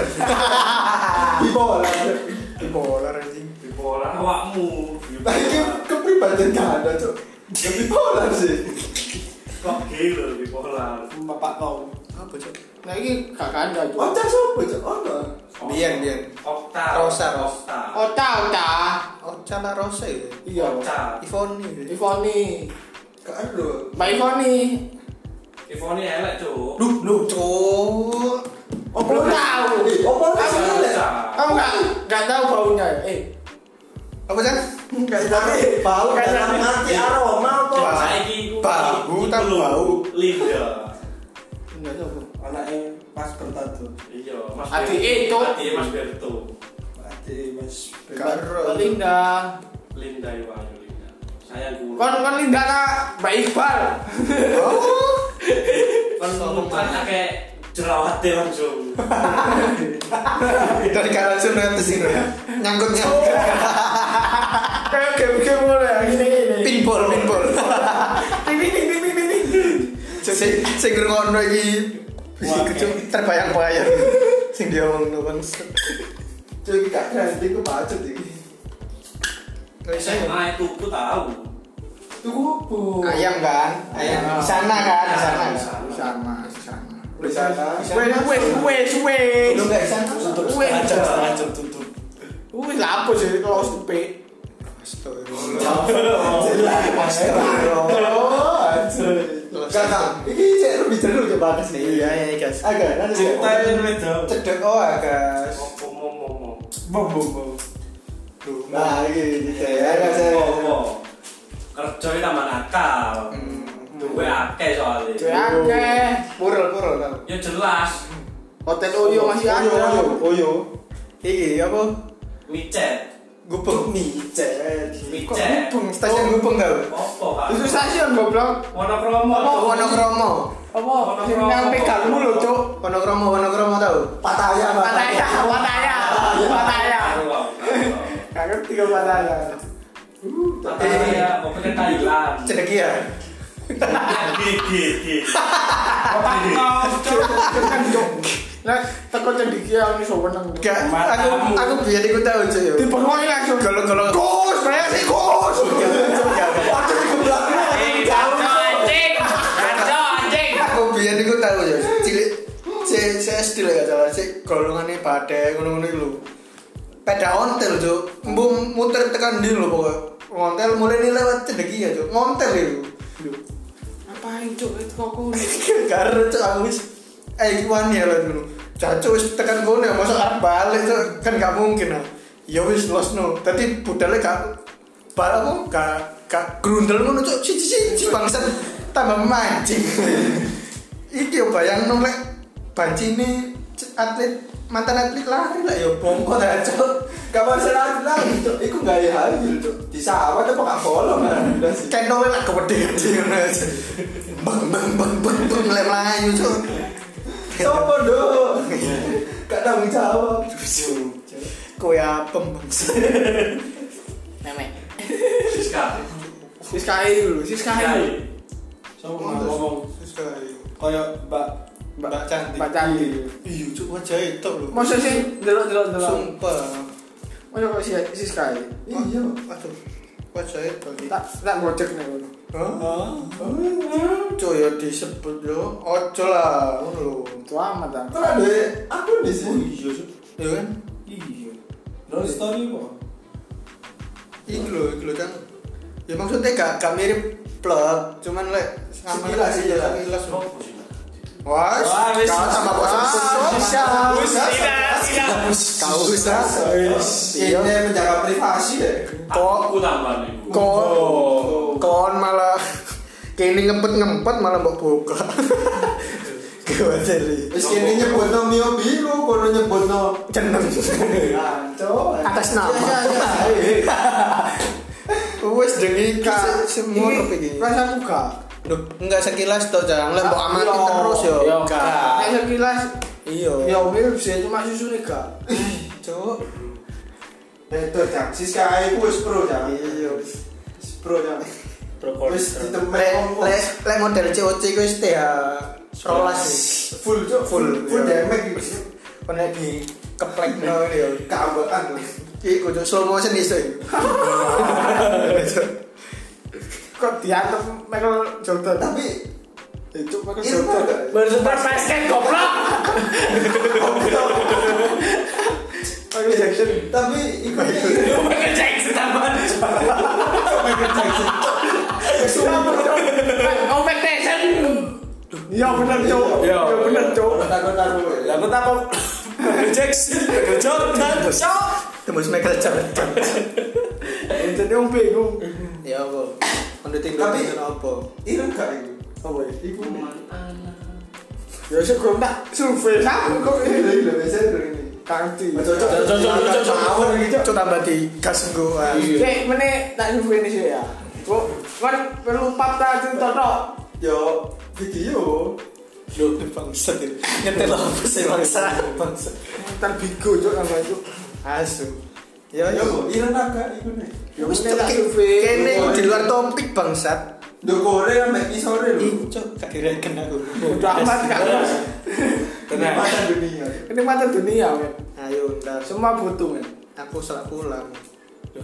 Di bola.
Di bola anjing.
Di bola awakmu. Di bola.
Tapi kepribadian gak ada cuy. Di bola sih.
Kok gila di bola.
bapak kau.
Apa, Cuk?
Nah ini gak ganda cok.
Oca sopo Oh, cuy? Ono.
Biyen, biyen.
Okta.
Rosa, Ros.
Okta.
Oca, oca.
Oca la Rosa ya.
Iya.
Okta.
Ivoni.
Ivoni.
Gak ada.
Mbak Ivoni.
Ivone elek, Cuk.
Duh, duh, Cuk.
Opo
Belum tahu.
Eh, Opo
Kamu
sih?
Rosa.
Kamu gak, gak tahu baunya. Eh,
Apa, Chan?
Enggak tapi bau
Kayak
dalam
nanti. iya.
arti aroma apa?
Ba-
Saiki ku-
bahu,
iku
tak
lho,
bau.
Linda.
enggak tahu.
Anaknya pas bertatu.
Iya, Mas.
Adik
Berto.
itu.
Adik Mas Berto.
Mati mas.
Karo.
Linda.
Linda Iwanyu Linda. Saya guru.
Kon kon Linda nak Mbak Iqbal.
Kon
Sopo
kan akeh jerawate langsung.
gitu. Dari kanan sana ke sini. Nyangkut nyangkut.
Kayak game-game mulai gini gini.
Pinball, pinball.
Ting ting ting ting ting ting, ting.
Sing sing ngono iki
Wah,
kecuk terbayang-bayang. Sing dia ngomong kan.
Cuy gak ganti ku pacet iki.
SMA itu ku tahu.
Tuku opo?
Ayam kan? Ayam di sana kan? Di sana. kan?
Di
Di sana, di sana.
Di
Iya.
sana.
Wes wes wes wes.
Lu enggak di sana?
Tutup
Weh.
setengah jam, setengah jam tutup.
Wes lah apa sih kalau stupe.
Astagfirullah.
Astagfirullah. Oh, anjir. Gak gak. Iki cek lebih jeru ke bakas nih.
Iya, iya, guys.
Agak nanti cek.
Cinta yang beda.
Cedek oh, guys.
Ngomong-ngomong.
Bom bom bom.
Duh.
Nah, iki iki cek. Ya gak cek.
Ngomong. Kerja ini tambah nakal.
Hmm.
Duwe akeh soalnya.
Ya, Oke.
Purul, purul tau.
Ya jelas.
Hotel Oyo masih
Oyo,
ada.
oyo, Oyo.
Iki apa?
Micet.
Gubeng.
Micet.
Kok
Micet.
gubeng? Stasiun gubeng tau.
Apa kan?
Itu stasiun goblok.
Monokromo.
Oh, Wonokromo.
Apa? Yang pegang mulu, Cuk.
Wonokromo, Wonokromo tau.
Pataya,
Pataya, pataya, pataya. Gak ngerti kok pataya.
Katanya mau ke Thailand.
Cedeki ya?
Gigi, gigi.
Bapak kau, Cuk. Kan, Cuk. Nah, teko cendiki yang iso meneng.
Gak, aku aku biar ikut tau cuy yo.
Dipengoki langsung.
Kalau kalau
Gus, saya sih Gus.
Patut iku belakang.
Eh, jauh anjing. Kacau anjing.
aku biar ikut tau yo. Cilik C C SD lah gak salah sih golongannya badai ngono-ngono itu. Peda ontel cuy. Embu muter tekan di lo pokoknya. Ontel mulai nih lewat cedeki ya cuy. Ngontel itu.
Apain cuk itu kok kulit.
Karena cuy aku wis eh iwan ya lah dulu. Cacu wis tekan gue nih, masa arah balik cuy kan gak mungkin lah. Ya wis los no. Tadi budalnya gak bal aku gak gak grundel ngono cuy. Si si si, si bangsat tambah mancing. Iki yo bayang nong lek bancine c- atlet mantan atlet lari lah yo bongko ta cuy.
Gak masalah lah. Cuk. Iku gak iya ada hasil, Cuk. Di sawah apa gak bolong kan? Udah sih.
Cendol lah kepedean sih ngono aja. Bang bang bang bang bang lek melayu cuy.
Sopo dong? Gak tanggung jawab.
Kowe apem bangsa.
Memek.
Siska.
Siskai dulu, siskai.
Kiai.
So ngomong koyo Mbak
Mbak cantik.
Mbak Cantik.
Iya, cuk wajah itu lho.
Masa sih delok-delok delok.
sumpah.
Masa kok si siskai.
Iya.
Aduh. Wajah itu lho.
Tak tak gocek nih ngono.
Hah? Cuk ya disebut yo. Ojo lah ngono lho.
Itu amat ah.
Kan ada aku di sini.
Iya kan?
Iya. Love story kok.
Iku lho, iku lho kan. Ya maksudnya gak gak mirip plot, cuman lek
Sekilas, sekilas.
sekilas.
Apa sih?
Wah,
Wah, wis.
kau sama bos
Wah,
bisa.
Wis, tidak, tidak.
Kau bisa. Iya.
Ini menjaga privasi ya.
Kok-
Aku tambah nih. Bu.
Kok
Oh.
kon malah kini ngempet ngempet malah mbok buka. Kau jadi
Wis kene nyebut no Mio Biru, kono nyebut no
jeneng
Ranco.
atas nama. Wes dengi kak semua
Ini
kepikir.
rasaku gak.
Duh, enggak sekilas toh jangan lah mbok amati
Yo.
terus yo.
Yo,
Enggak.
Nek sekilas
Iya.
ya mirip sih cuma susune gak.
Cuk.
Betul Cang. Sis kae ku wis pro Cang. Iya. Wis pro Cang. Wis
Lek
ditemen
lek lek model COC ku wis teh rolas sih.
full cok full full
Iya.
damage gitu.
Kon lek di keplek no ini yo.
Keambekan tuh.
Iki kudu slow motion iso. Iya.
Kok diantem Michael Jordan?
Tapi
Itu pakai
ini tau gak?
Bersumpah basket goblok. Michael Jackson.
Tapi iku
Iya.
iki.
Michael Jackson tambah.
Oh, Michael Jackson. Ya bener cok.
Iya.
Ya bener cok.
Takut-takut.
Lah aku takut Michael Jackson, Michael Jordan, Shaw.
Tembus Michael Jordan.
Jadi om bingung.
Ya apa? Kon ditinggal
Tapi-
dengan apa?
Ireng gak iku?
Apa ya?
Iku.
Ya sih gue nak survei
Aku
sama
kok
kok.
ini lho biasa ireng ini.
Kanti.
Cocok.
Cocok, cocok, cocok.
Mawon iki cok.
Cuk tambah di gas ah. gua.
Cek mene tak survei ini sih ya. Kok kan perlu pap ta cerita tok.
Yo video.
Loh, bangsa ini. Nyetel apa sih bangsa? Bangsa.
Terbigo cok sama itu.
Asu.
Ya
Ya
yo,
yo.
ireng agak iku nih.
Ya
Wis
mene tak
cuk,
survei.
kene iku di luar topik bangsat.
Duh kore ambek isore lho.
Ih, Cuk, gak direken aku.
Udah amat kan.
Tenang. Masa dunia.
Ini mata dunia men.
Ayo, ntar
Semua butuh men.
aku salah pulang.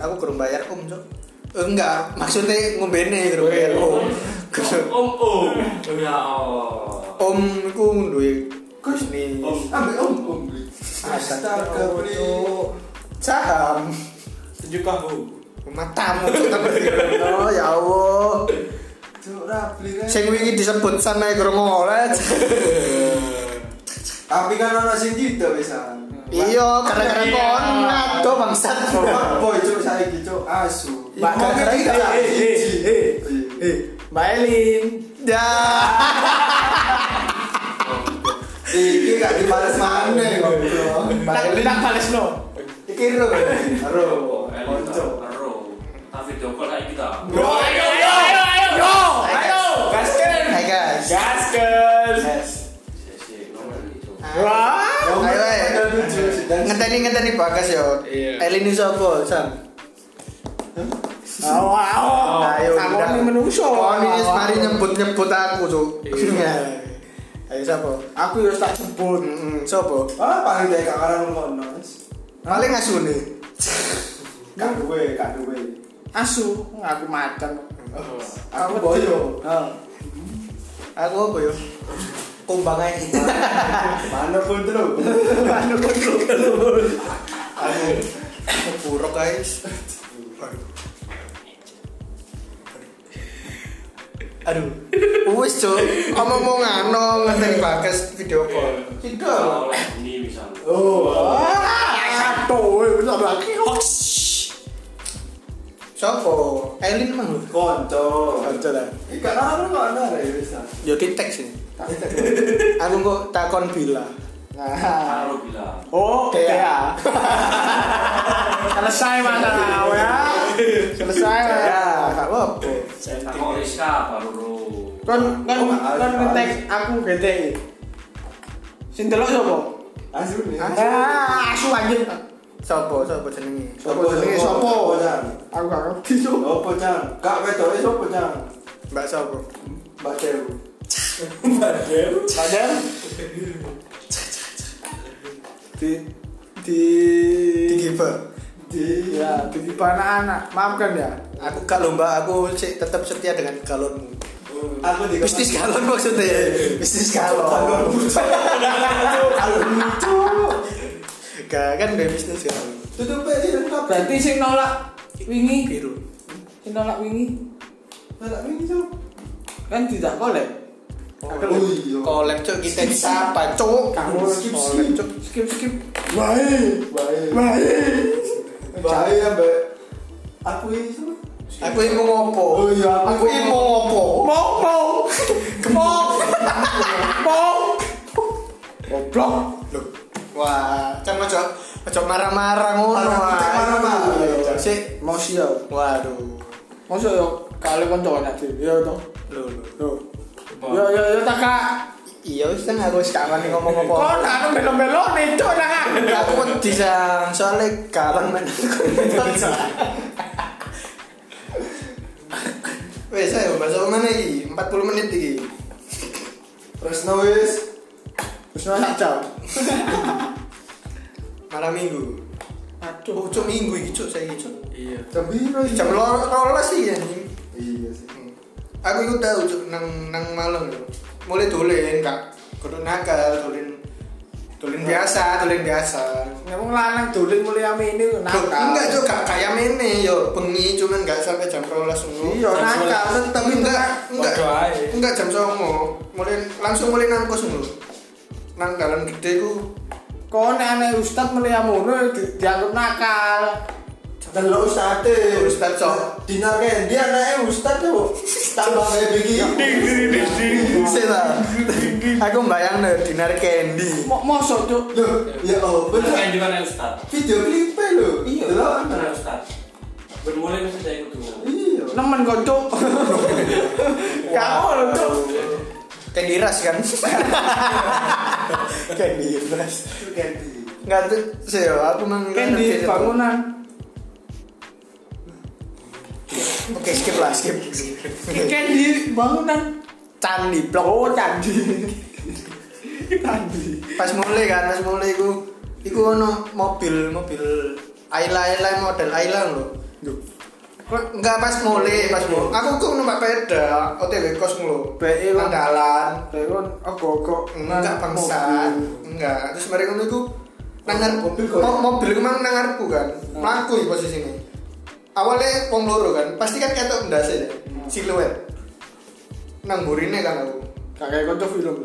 Aku kurang bayar om, Cuk. Eh, Enggak, maksudnya ngombene kurang bayar om.
Om Om. Ya Allah.
Om iku duwe
Kusni.
Om.
Ambek om om. Astaga,
Astaga,
Bri.
saham
Tunjuk kamu.
matamu Cuk, tambah direno, ya Allah.
Cuk ra beli kan.
Sing wingi disebut sana kurang oleh.
Tapi kan ana sing gitu bisa.
Iya, karena
Iya.
kon ngado bangsat.
Coba boy cuk saiki cuk asu.
Mbak Kakak,
Ngomongnya tidak
eh, eh,
siji.
eh, Eh, Mbak Elin.
Ya. Dah.
Iki gak dibales maneh goblok.
Oh, Tak tak bales no.
Iki ro. Ro. Konco.
Ero. Tapi video call kayak kita.
Yo ayo ayo ayo ayo. Yo ayo. Gaskan.
Hai guys.
Gaskan.
Sesi nomor itu.
Wah.
Ayo
Ayo, ayo.
ayo.
Ngeteni ngeteni bagas yo.
Iya.
Elin iso apa, Sam?
Ayo ayo.
Ayo,
Aku
udah.
ini menungso.
Kon Oh, ini mari nyebut-nyebut aku, Cuk.
Iya.
Ayo sapa?
Aku ya tak jemput.
Heeh, sapa?
Ah paling dek gak karang ngono. wis.
Paling asune.
Gak duwe, gak duwe.
Asu, aku macan.
Aku boyo.
Aku apa yo? Kumbang ae.
Mana pun terus.
Anu
Aduh.
Buruk guys. Aduh. Wis, Cuk. Omong-omong ngono ngeteni bagas video call.
Tiga.
Kalau ini misalnya.
Oh.
Aduh, wis lagi.
Sapa? Elin mang lho.
Konco.
Kanca ta.
Iki gak karang ngono ya wis.
Yo di teks ini. Aku kok takon bila.
Nah.
Kalau bilang.
Oh,
Dea.
ya. Selesai masalah ya. Selesai.
Ya, gak apa-apa.
Kalau Rizka baru ro.
Kon kon
Oh,
kon
Alif,
ngetek aku GTI. Sing delok sapa?
Asu nih.
Ah, asu anjir.
Sopo, sopo jenenge?
Sopo
jenenge sopo?
Sopo Cang?
Aku gak ngerti cuk.
Sopo Cang? Kak wedoke sopo Cang?
Mbak sopo?
Mbak Dewi.
Padahal di di
Digiba.
Di
ya di anak maafkan ya
Aku gak lomba, aku sih tetap setia dengan galonmu.
aku di
Bisnis galon maksudnya. Bisnis galon.
Alun lucu.
Gak kan gak bisnis galon.
Tutup aja lengkap.
berarti sing nolak wingi
biru
sing nolak wingi
Nolak wingi cok.
kan tidak kolek
Oh iya.
kolek cuk kita ini siapa cuk
Kamu skip,
kolek
skip.
cuk
skip skip
Baik, baik. Baik ambek aku ini siapa?
aku ini mau ngopo
Oh iya, aku-
aku ini mau ngopo
mau mau mau mau goblok
Loh. wah kan ojo ojo marah-marah ngono
Marah,
Mas.
kita marah-marah.
Iya, sik
mau siap
waduh
Masa ya kali koncone aja. Ya to.
lho lho
Yo. Yo yo yo tak kak.
iya wis kan aku wis gak wani ngomong apa
Kok nak nang belo-belone cuk nang aku.
aku wedi sang soalnya galang men wes ayo bahasa mana iki 40 menit iki
Resno wis. Resno tak jam.
malam minggu Oh,
Aduh.
cuk cuk minggu iki cuk saiki cuk
iya
Jam biru iki.
jam lor- rolas iki ya, anjing
Iya sih.
aku itu tahu cuk nang nang malam lho mulai tulen kak kudu nakal tulen tulen biasa tulen biasa
Ngomong lanang dolen mulai ame ini
Loh,
nakal.
enggak juga kayak mene yo bengi cuman enggak sampai jam 12 ngono.
Iya,
Jam
nakal,
12.
tetep
enggak enggak
Waduh ae.
enggak jam 09. Mulai langsung mulai nang kos ngono. Nang dalan gede ku
Kok nek ane ustaz mulai amono ya di- dianggap nakal.
Delok ustate.
Ustad, Cok.
Dinar kan dia anake ustad tuh. Tambah kayak
Iya,
begini.
sih lah. Iya. Aku bayang dinar candy.
Mok mosok cuk.
Loh, ya oh,
Bukan
bener.
di mana Ustaz?
Video klipnya lho.
Iya.
Delok ana.
Mana Ustaz? Bermulai mesti saya ikut dulu.
Iya.
Nemen kok cuk. Kamu lho cuk.
Candy ras kan. candy ras.
Itu Candy.
Enggak tuh sih yo, aku mang
Kan di bangunan.
Oke, skip lah, skip.
Kan di bangunan.
Candi blok.
Oh candi. Candi.
pas mulai kan pas mulai iku iku ono mobil mobil Ayla Ayla model Ayla lho Kok- enggak pas mulai pas mulai
Iya.
aku kok numpak peda otw kos mulu
Bae
nang
lah.
dalan
Teron ogo-ogo
enggak bangsa enggak terus mereka ngono iku nang ngarep
Mobil kok. ya? Nah.
mo- mobil emang nang ngarepku kan mlaku iki posisi ini awalnya wong loro kan pasti kan ketok ndase
Nah.
siluet nang burine kan aku
Kakek kanca film.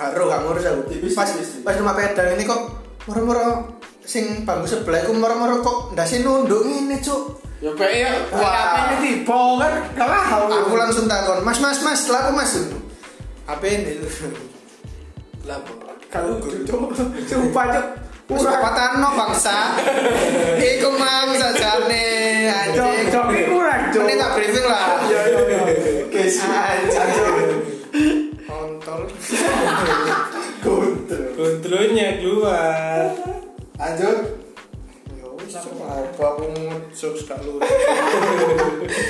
karo gak ngurus aku
Tipis,
pas
tipis, tipis.
pas cuma pedang ini kok moro-moro sing bangku sebelah iku moro-moro kok ndase nunduk ngene cuk
Ya pek ya.
Wah.
Wah, ini tiba kan kalah.
aku langsung takon mas mas mas laku mas apa ini lapo
kalau cocok. Sumpah cok.
Wis patano bangsa. Iku mang sajane
Cok,
anjing.
cok ini kurang cok.
Ini tak briefing lah.
Iya iya iya.
Oke, sih.
Kontol.
Kontrol.
Gondrongnya keluar
Lanjut.
Ya wis Cuk. apa aku ngusuk gak lurus.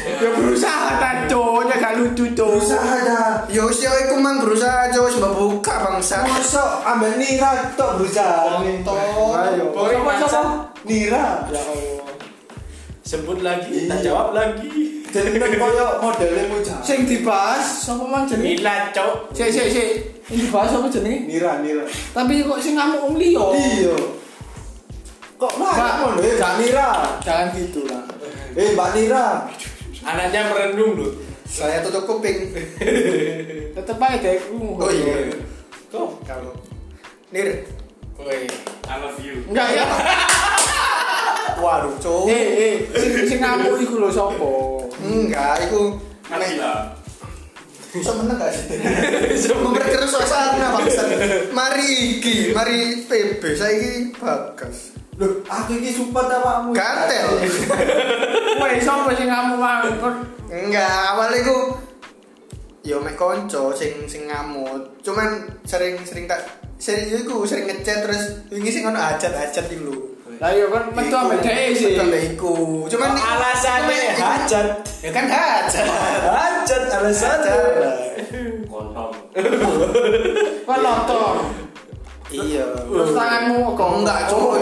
Ya berusaha tak cok, ya gak lucu cok.
Usaha dah.
Ya wis ya iku mang berusaha aja wis mbuka bangsa.
Masa ambek Nira tok berusaha.
Kontol.
Ayo.
Pokoknya
Sapa sapa?
masa-
Nira.
Ya Allah.
sebut lagi tak
Iya.
jawab lagi
Jeneng koyo modelnya mujah.
Sing dibahas sapa mang jenenge?
Mila cok
Sik sik sik. Sing dibahas sapa jenenge?
Nira, Nira.
Tapi kok sing ngamuk om liya.
Iya. Kok
Mbak.
banyak ngono ya? Mbak Nira.
Jangan gitu lah.
Eh, Mbak Nira.
anaknya merendung loh
Saya tutup kuping.
Tetep ae dek.
Oh iya.
kok
Kalau Nir.
woi
I love you.
Enggak ya.
Waduh, cuk.
Eh eh sing sing ngamuk iku lho sapa?
Enggak, iku
Nabila.
Bisa menang gak sih? Memperkeruh suasana bangsa Mari iki, mari PB Saya iki bagas
Loh, aku ini support awakmu.
Gatel.
Woi, sapa sing kamu mangkut?
Enggak, awalnya ku Yo mek konco sing sing ngamut. Cuman sering-sering tak sering iku sering ngechat terus wingi sing ono ajat-ajat iki lho.
Lah iya kan metu ambek dhek sih.
Metu ambek iku. Cuman iku-
alasannya
cuman iku-
hajat
ya kan ajat.
hajat alasannya
Kontol.
Kok lotor.
Iya.
Terus tanganmu kok
Enggak, cowok.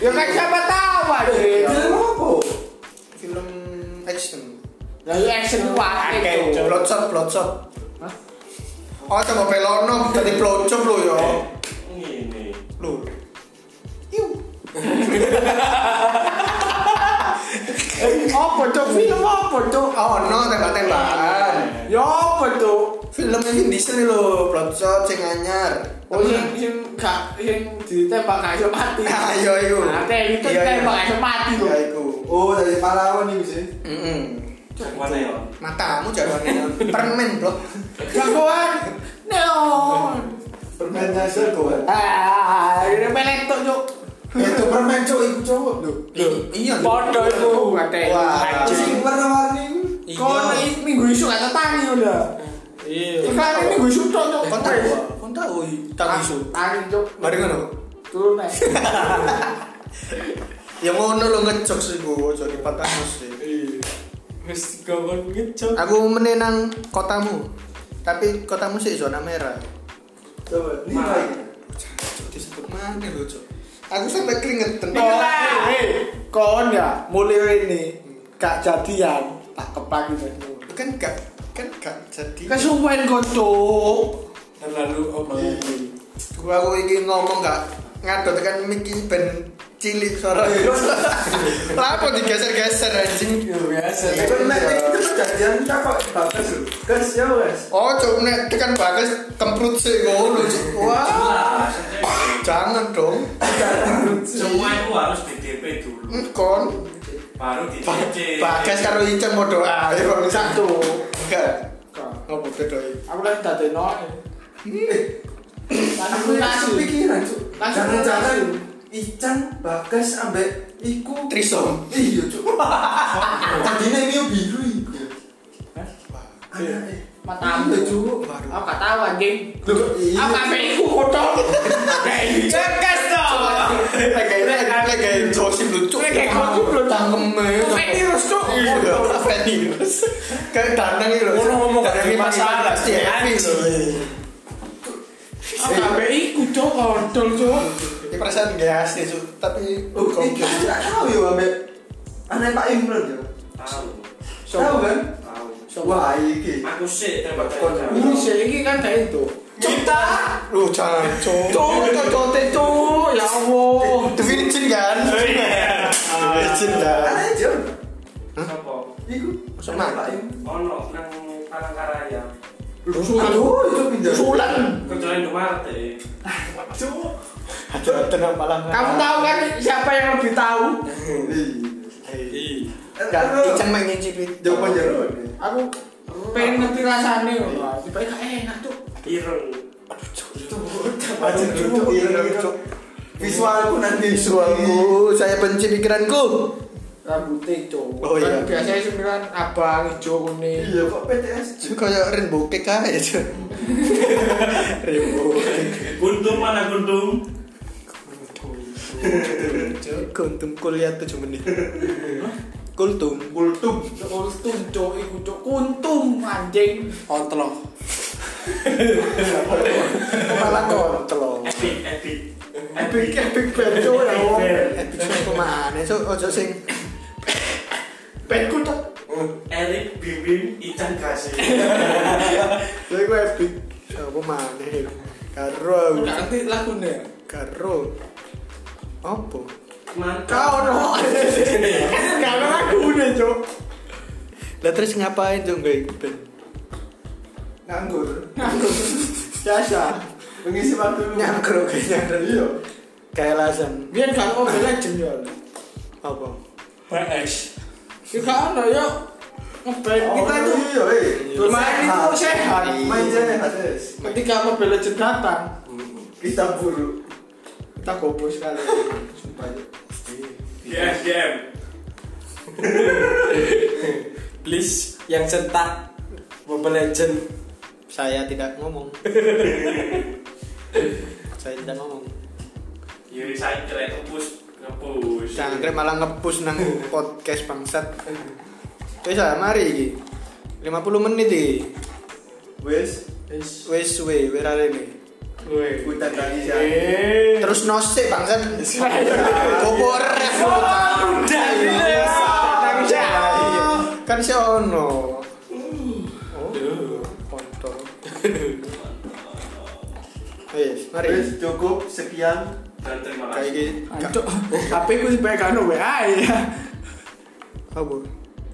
Ya kan siapa tahu aja.
Film apa?
Film action.
Lah iya action wae
Akeh,
itu.
Cok.
Blotshot, blotshot.
Hah?
Oh, coba pelono jadi blotshot lo yo.
Eh.
Ini.
Lo. Iu.
Apa cok? Film apa cok?
Oh no tembak-tembakan.
Ya apa cok?
Film Vin Diesel lho, Bloodshot sing anyar.
Oh yang yang gak yang ditembak gak iso mati.
Ah, iya, iya.
Mati itu
Iya, iya.
tembak gak iso mati
Ya
lho.
iku.
Oh, dari pahlawan ini sih.
iya. Mm-mm.
Mana ya?
Matamu jarwane permen, Bro.
Jagoan. Neon.
Permen dasar kawan.
Ah, ini meletok cok.
Eh, Itu permen cowok itu cowok loh.
Loh, iya. Lho.
Podo iku ate.
Wah.
Sing
Anjing.
warna-warni.
Iya.
Kono i- minggu isu gak tetangi udah.
Iya.
Iklan ini minggu isu cok cok.
Kon tau, kon ya? tau tak isu.
Ah.
Tangi cok.
Mari ngono.
Turun nek.
Ya ngono lho ngejok sih gua, ojo dipatahno sih.
Iya. Wis kawan ngecok.
Aku menenang kotamu. Tapi kotamu sih zona merah.
Coba,
Ma.
nilai.
Cuk, Disebut mana lho, Cuk? Aku sampai keringetan.
Kon, eh, Kon ya mulai ini gak jadian tak gitu. kepaki cok.
Kan gak kan gak jadi.
Kesuwen kon cok.
Terlalu omongan.
gua aku ini ngomong gak ngadot kan miki ben cilik suara lapo digeser-geser anjing
biasa
Permen itu perjanjian kita kok bagus loh. Guys, ya wes.
oh cuk nek tekan bagas kemprut sih ngono Cuk. wah
Jelas, Cek.
jangan dong Hmm,
Semua itu harus di DP dulu.
kon
Baru di DP.
bagas karo icem podo ae wong satu enggak
Kon.
ngopo bedoi
Aku lagi dadi noe.
Aku langsung pikiran cuk.
Langsung
Jangan-jangan
langsung.
Ican Bagas ambek iku.
trisom
Iya cuk. Tadinya ini biru iku.
Hah?
Anaknya.
Matamu.
Iya, cuk.
Aku gak tahu anjing.
Loh, iya.
Apa sampe iku kodok? Cekas dong.
lagi lagi josim lucu
Lagi gosip lho, Cuk. Venirus, Cuk.
iya Venirus kayak dandang itu
Ngono ngomong gak ada masalah,
pasti happy lho
Apa sampe iku cok kodol cok.
Ini perasaan gak asli Cuk. tapi
Oh,
kok
iki aku gak tahu ya ambek anak Pak Imran ya.
Tahu.
Tahu kan?
Tahu.
Wah, iki.
Aku sih tembak
Kon-
Ini sih iki kan gak itu.
kita lu jangan Cuk.
Cok cok cok cok. Ya Allah.
The Virgin kan The Virgin kan
Anaknya jauh.
Sopo?
Iku.
Masuk
anak
mata.
Pak Imran.
Ono nang Palangkaraya.
Sulan.
Aduh, itu pindah.
Sulan.
Kerjain Dumarte.
aduh tenang malam
Kamu tahu kan siapa yang lebih tahu?
Iya.
Iya.
gak
Terus,
icang main ngicipin
Jawaban jero.
Aku pengen ngerti rasanya loh. Tiba-tiba gak enak cok.
Ireng.
Aduh, cuk. Iya, cuk. Visualku nanti
visualku saya benci pikiranku
Rambutnya cok.
Oh, iya.
Kan Biasanya sembilan abang hijau kuning.
Iya, kok PTS. Cuk?
kayak rainbow cake aja Cuk. rainbow cake
Gundum mana Gundum?
kuntum kuliah 7 menit kultum
Kultum.
Kultum cok iku cok kuntum anjing.
ontloh malah kontloh
Epic, epic.
Epic epic band cok ya Allah.
epic sih kemana so ojo sing
Bandku cok.
Hmm. Erik, Bimbing, Ican Kasih.
Lha iku epic. Apa maneh? Karo
Aku
aku.
gak ngerti lagune. ya.
karo. Apa?
Mantap.
Kau no. Gak ada lagune cok.
Lah terus ngapain tuh gue ben?
Nganggur.
Nganggur. Biasa.
Mengisi waktu lu.
Nyangkruk kayaknya.
Iya.
Kayak alasan
Biar gak ono legend yo.
apa?
PS.
Ya gak ono yo. Ngeband Eh,
Oh,
kita itu
Iya, iya.
bermain itu sehat.
Main jalan HTS.
Ketika Mobile Legend datang,
Hmm.
Kita buru.
kita goblok sekali. Sumpah Cok.
Di SDM.
Please yang cetak Mobile Legend.
Saya tidak ngomong. Saya tidak ngomong.
Yuri saya cerai kepus. Kepus.
Cangkre malah ngepus nang podcast bangsat. Wis ah, mari iki. 50 menit iki.
Wes.
Wis suwe, wis ini.
Woi.
Hutan lagi sih.
Eh.
Terus nosik bangsat. Bobor.
Udah gila.
Iya, iya. kan si ono Uh.
Aduh.
kontol wis mari
Wes cukup sekian.
Dan terima
kayak
kasih.
gini
Cok. HP ku sebagai kan WA ya.
apa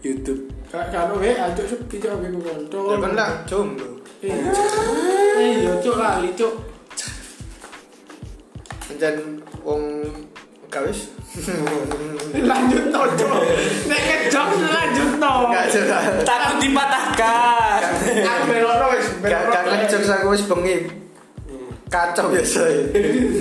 YouTube.
Kak karo we ajuk sepi cok aku kontol.
Ya kan lah jomblo.
Iya. Eh yo cok kali cok.
Anjan wong kawis.
Lanjut to cok. Nek kejok lanjut to.
Enggak jelas.
Takut dipatahkan.
Aku belokno wis
Gak gak Hmm. ngejokes aku wis bengi. Kacau biasa. ya.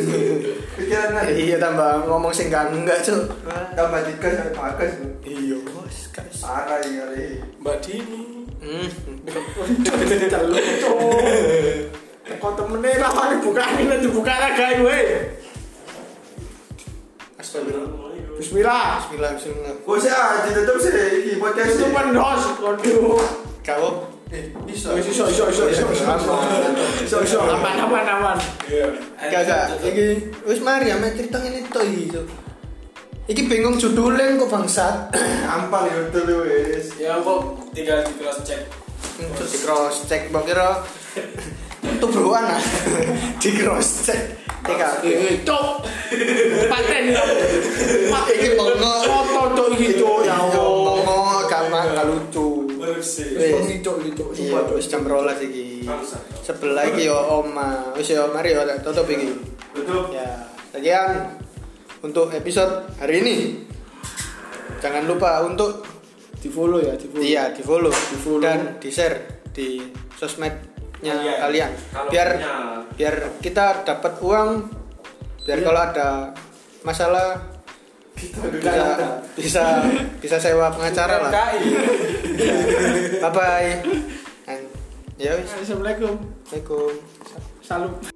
pikiran nah,
Iya tambah ngomong sing gak enggak cuk.
tambah tiga sampai bagas Bu.
Iya bos guys.
parah ya re
Mbak Dini.
Hmm.
Telu cok. Kok temene lah aku buka ini nanti buka lagi we.
Astagfirullah.
Bismillah.
Bismillahirrahmanirrahim.
gue sih ah ditutup sih ini podcast
Itu
ini
pendos. Waduh.
Kau eh iso.
Wis iso iso iso iso iso. Iso iso aman aman aman.
Iya.
Gak gak iki wis mari ame cerita ngene to iki cuk. Iki bingung judulnya kok bangsat.
ampal YouTube wis
Ya kok tinggal di kelas cek.
Terus di cross check mbok kira tubrukan ah. di cross check. Iya, Tiga.
Eh, Cok. Paten yo. Paten
Iki bengok.
Foto cok iki cok ya Allah.
Ngomong gak mak- gak lucu.
Korupsi.
Wis.
Bengi cok iki cok.
Iya,
Sumpah cok.
wis jam 12 iki.
Bangsat.
Sebelah iki yo oma. Wis yo mari yo tak tutup iki.
Tutup.
Ya, sekian untuk episode hari ini. Jangan lupa untuk
Di follow ya, di follow.
iya di follow,
Di-follow.
dan di share di sosmednya
Kalian.
kalian.
Kalau
Biar
punya.
biar kita dapat uang. Biar kalau ada masalah bisa bisa bisa sewa pengacara lah. Bye bye. Ya wis.
Assalamualaikum.
ya Assalamualaikum.
Salam.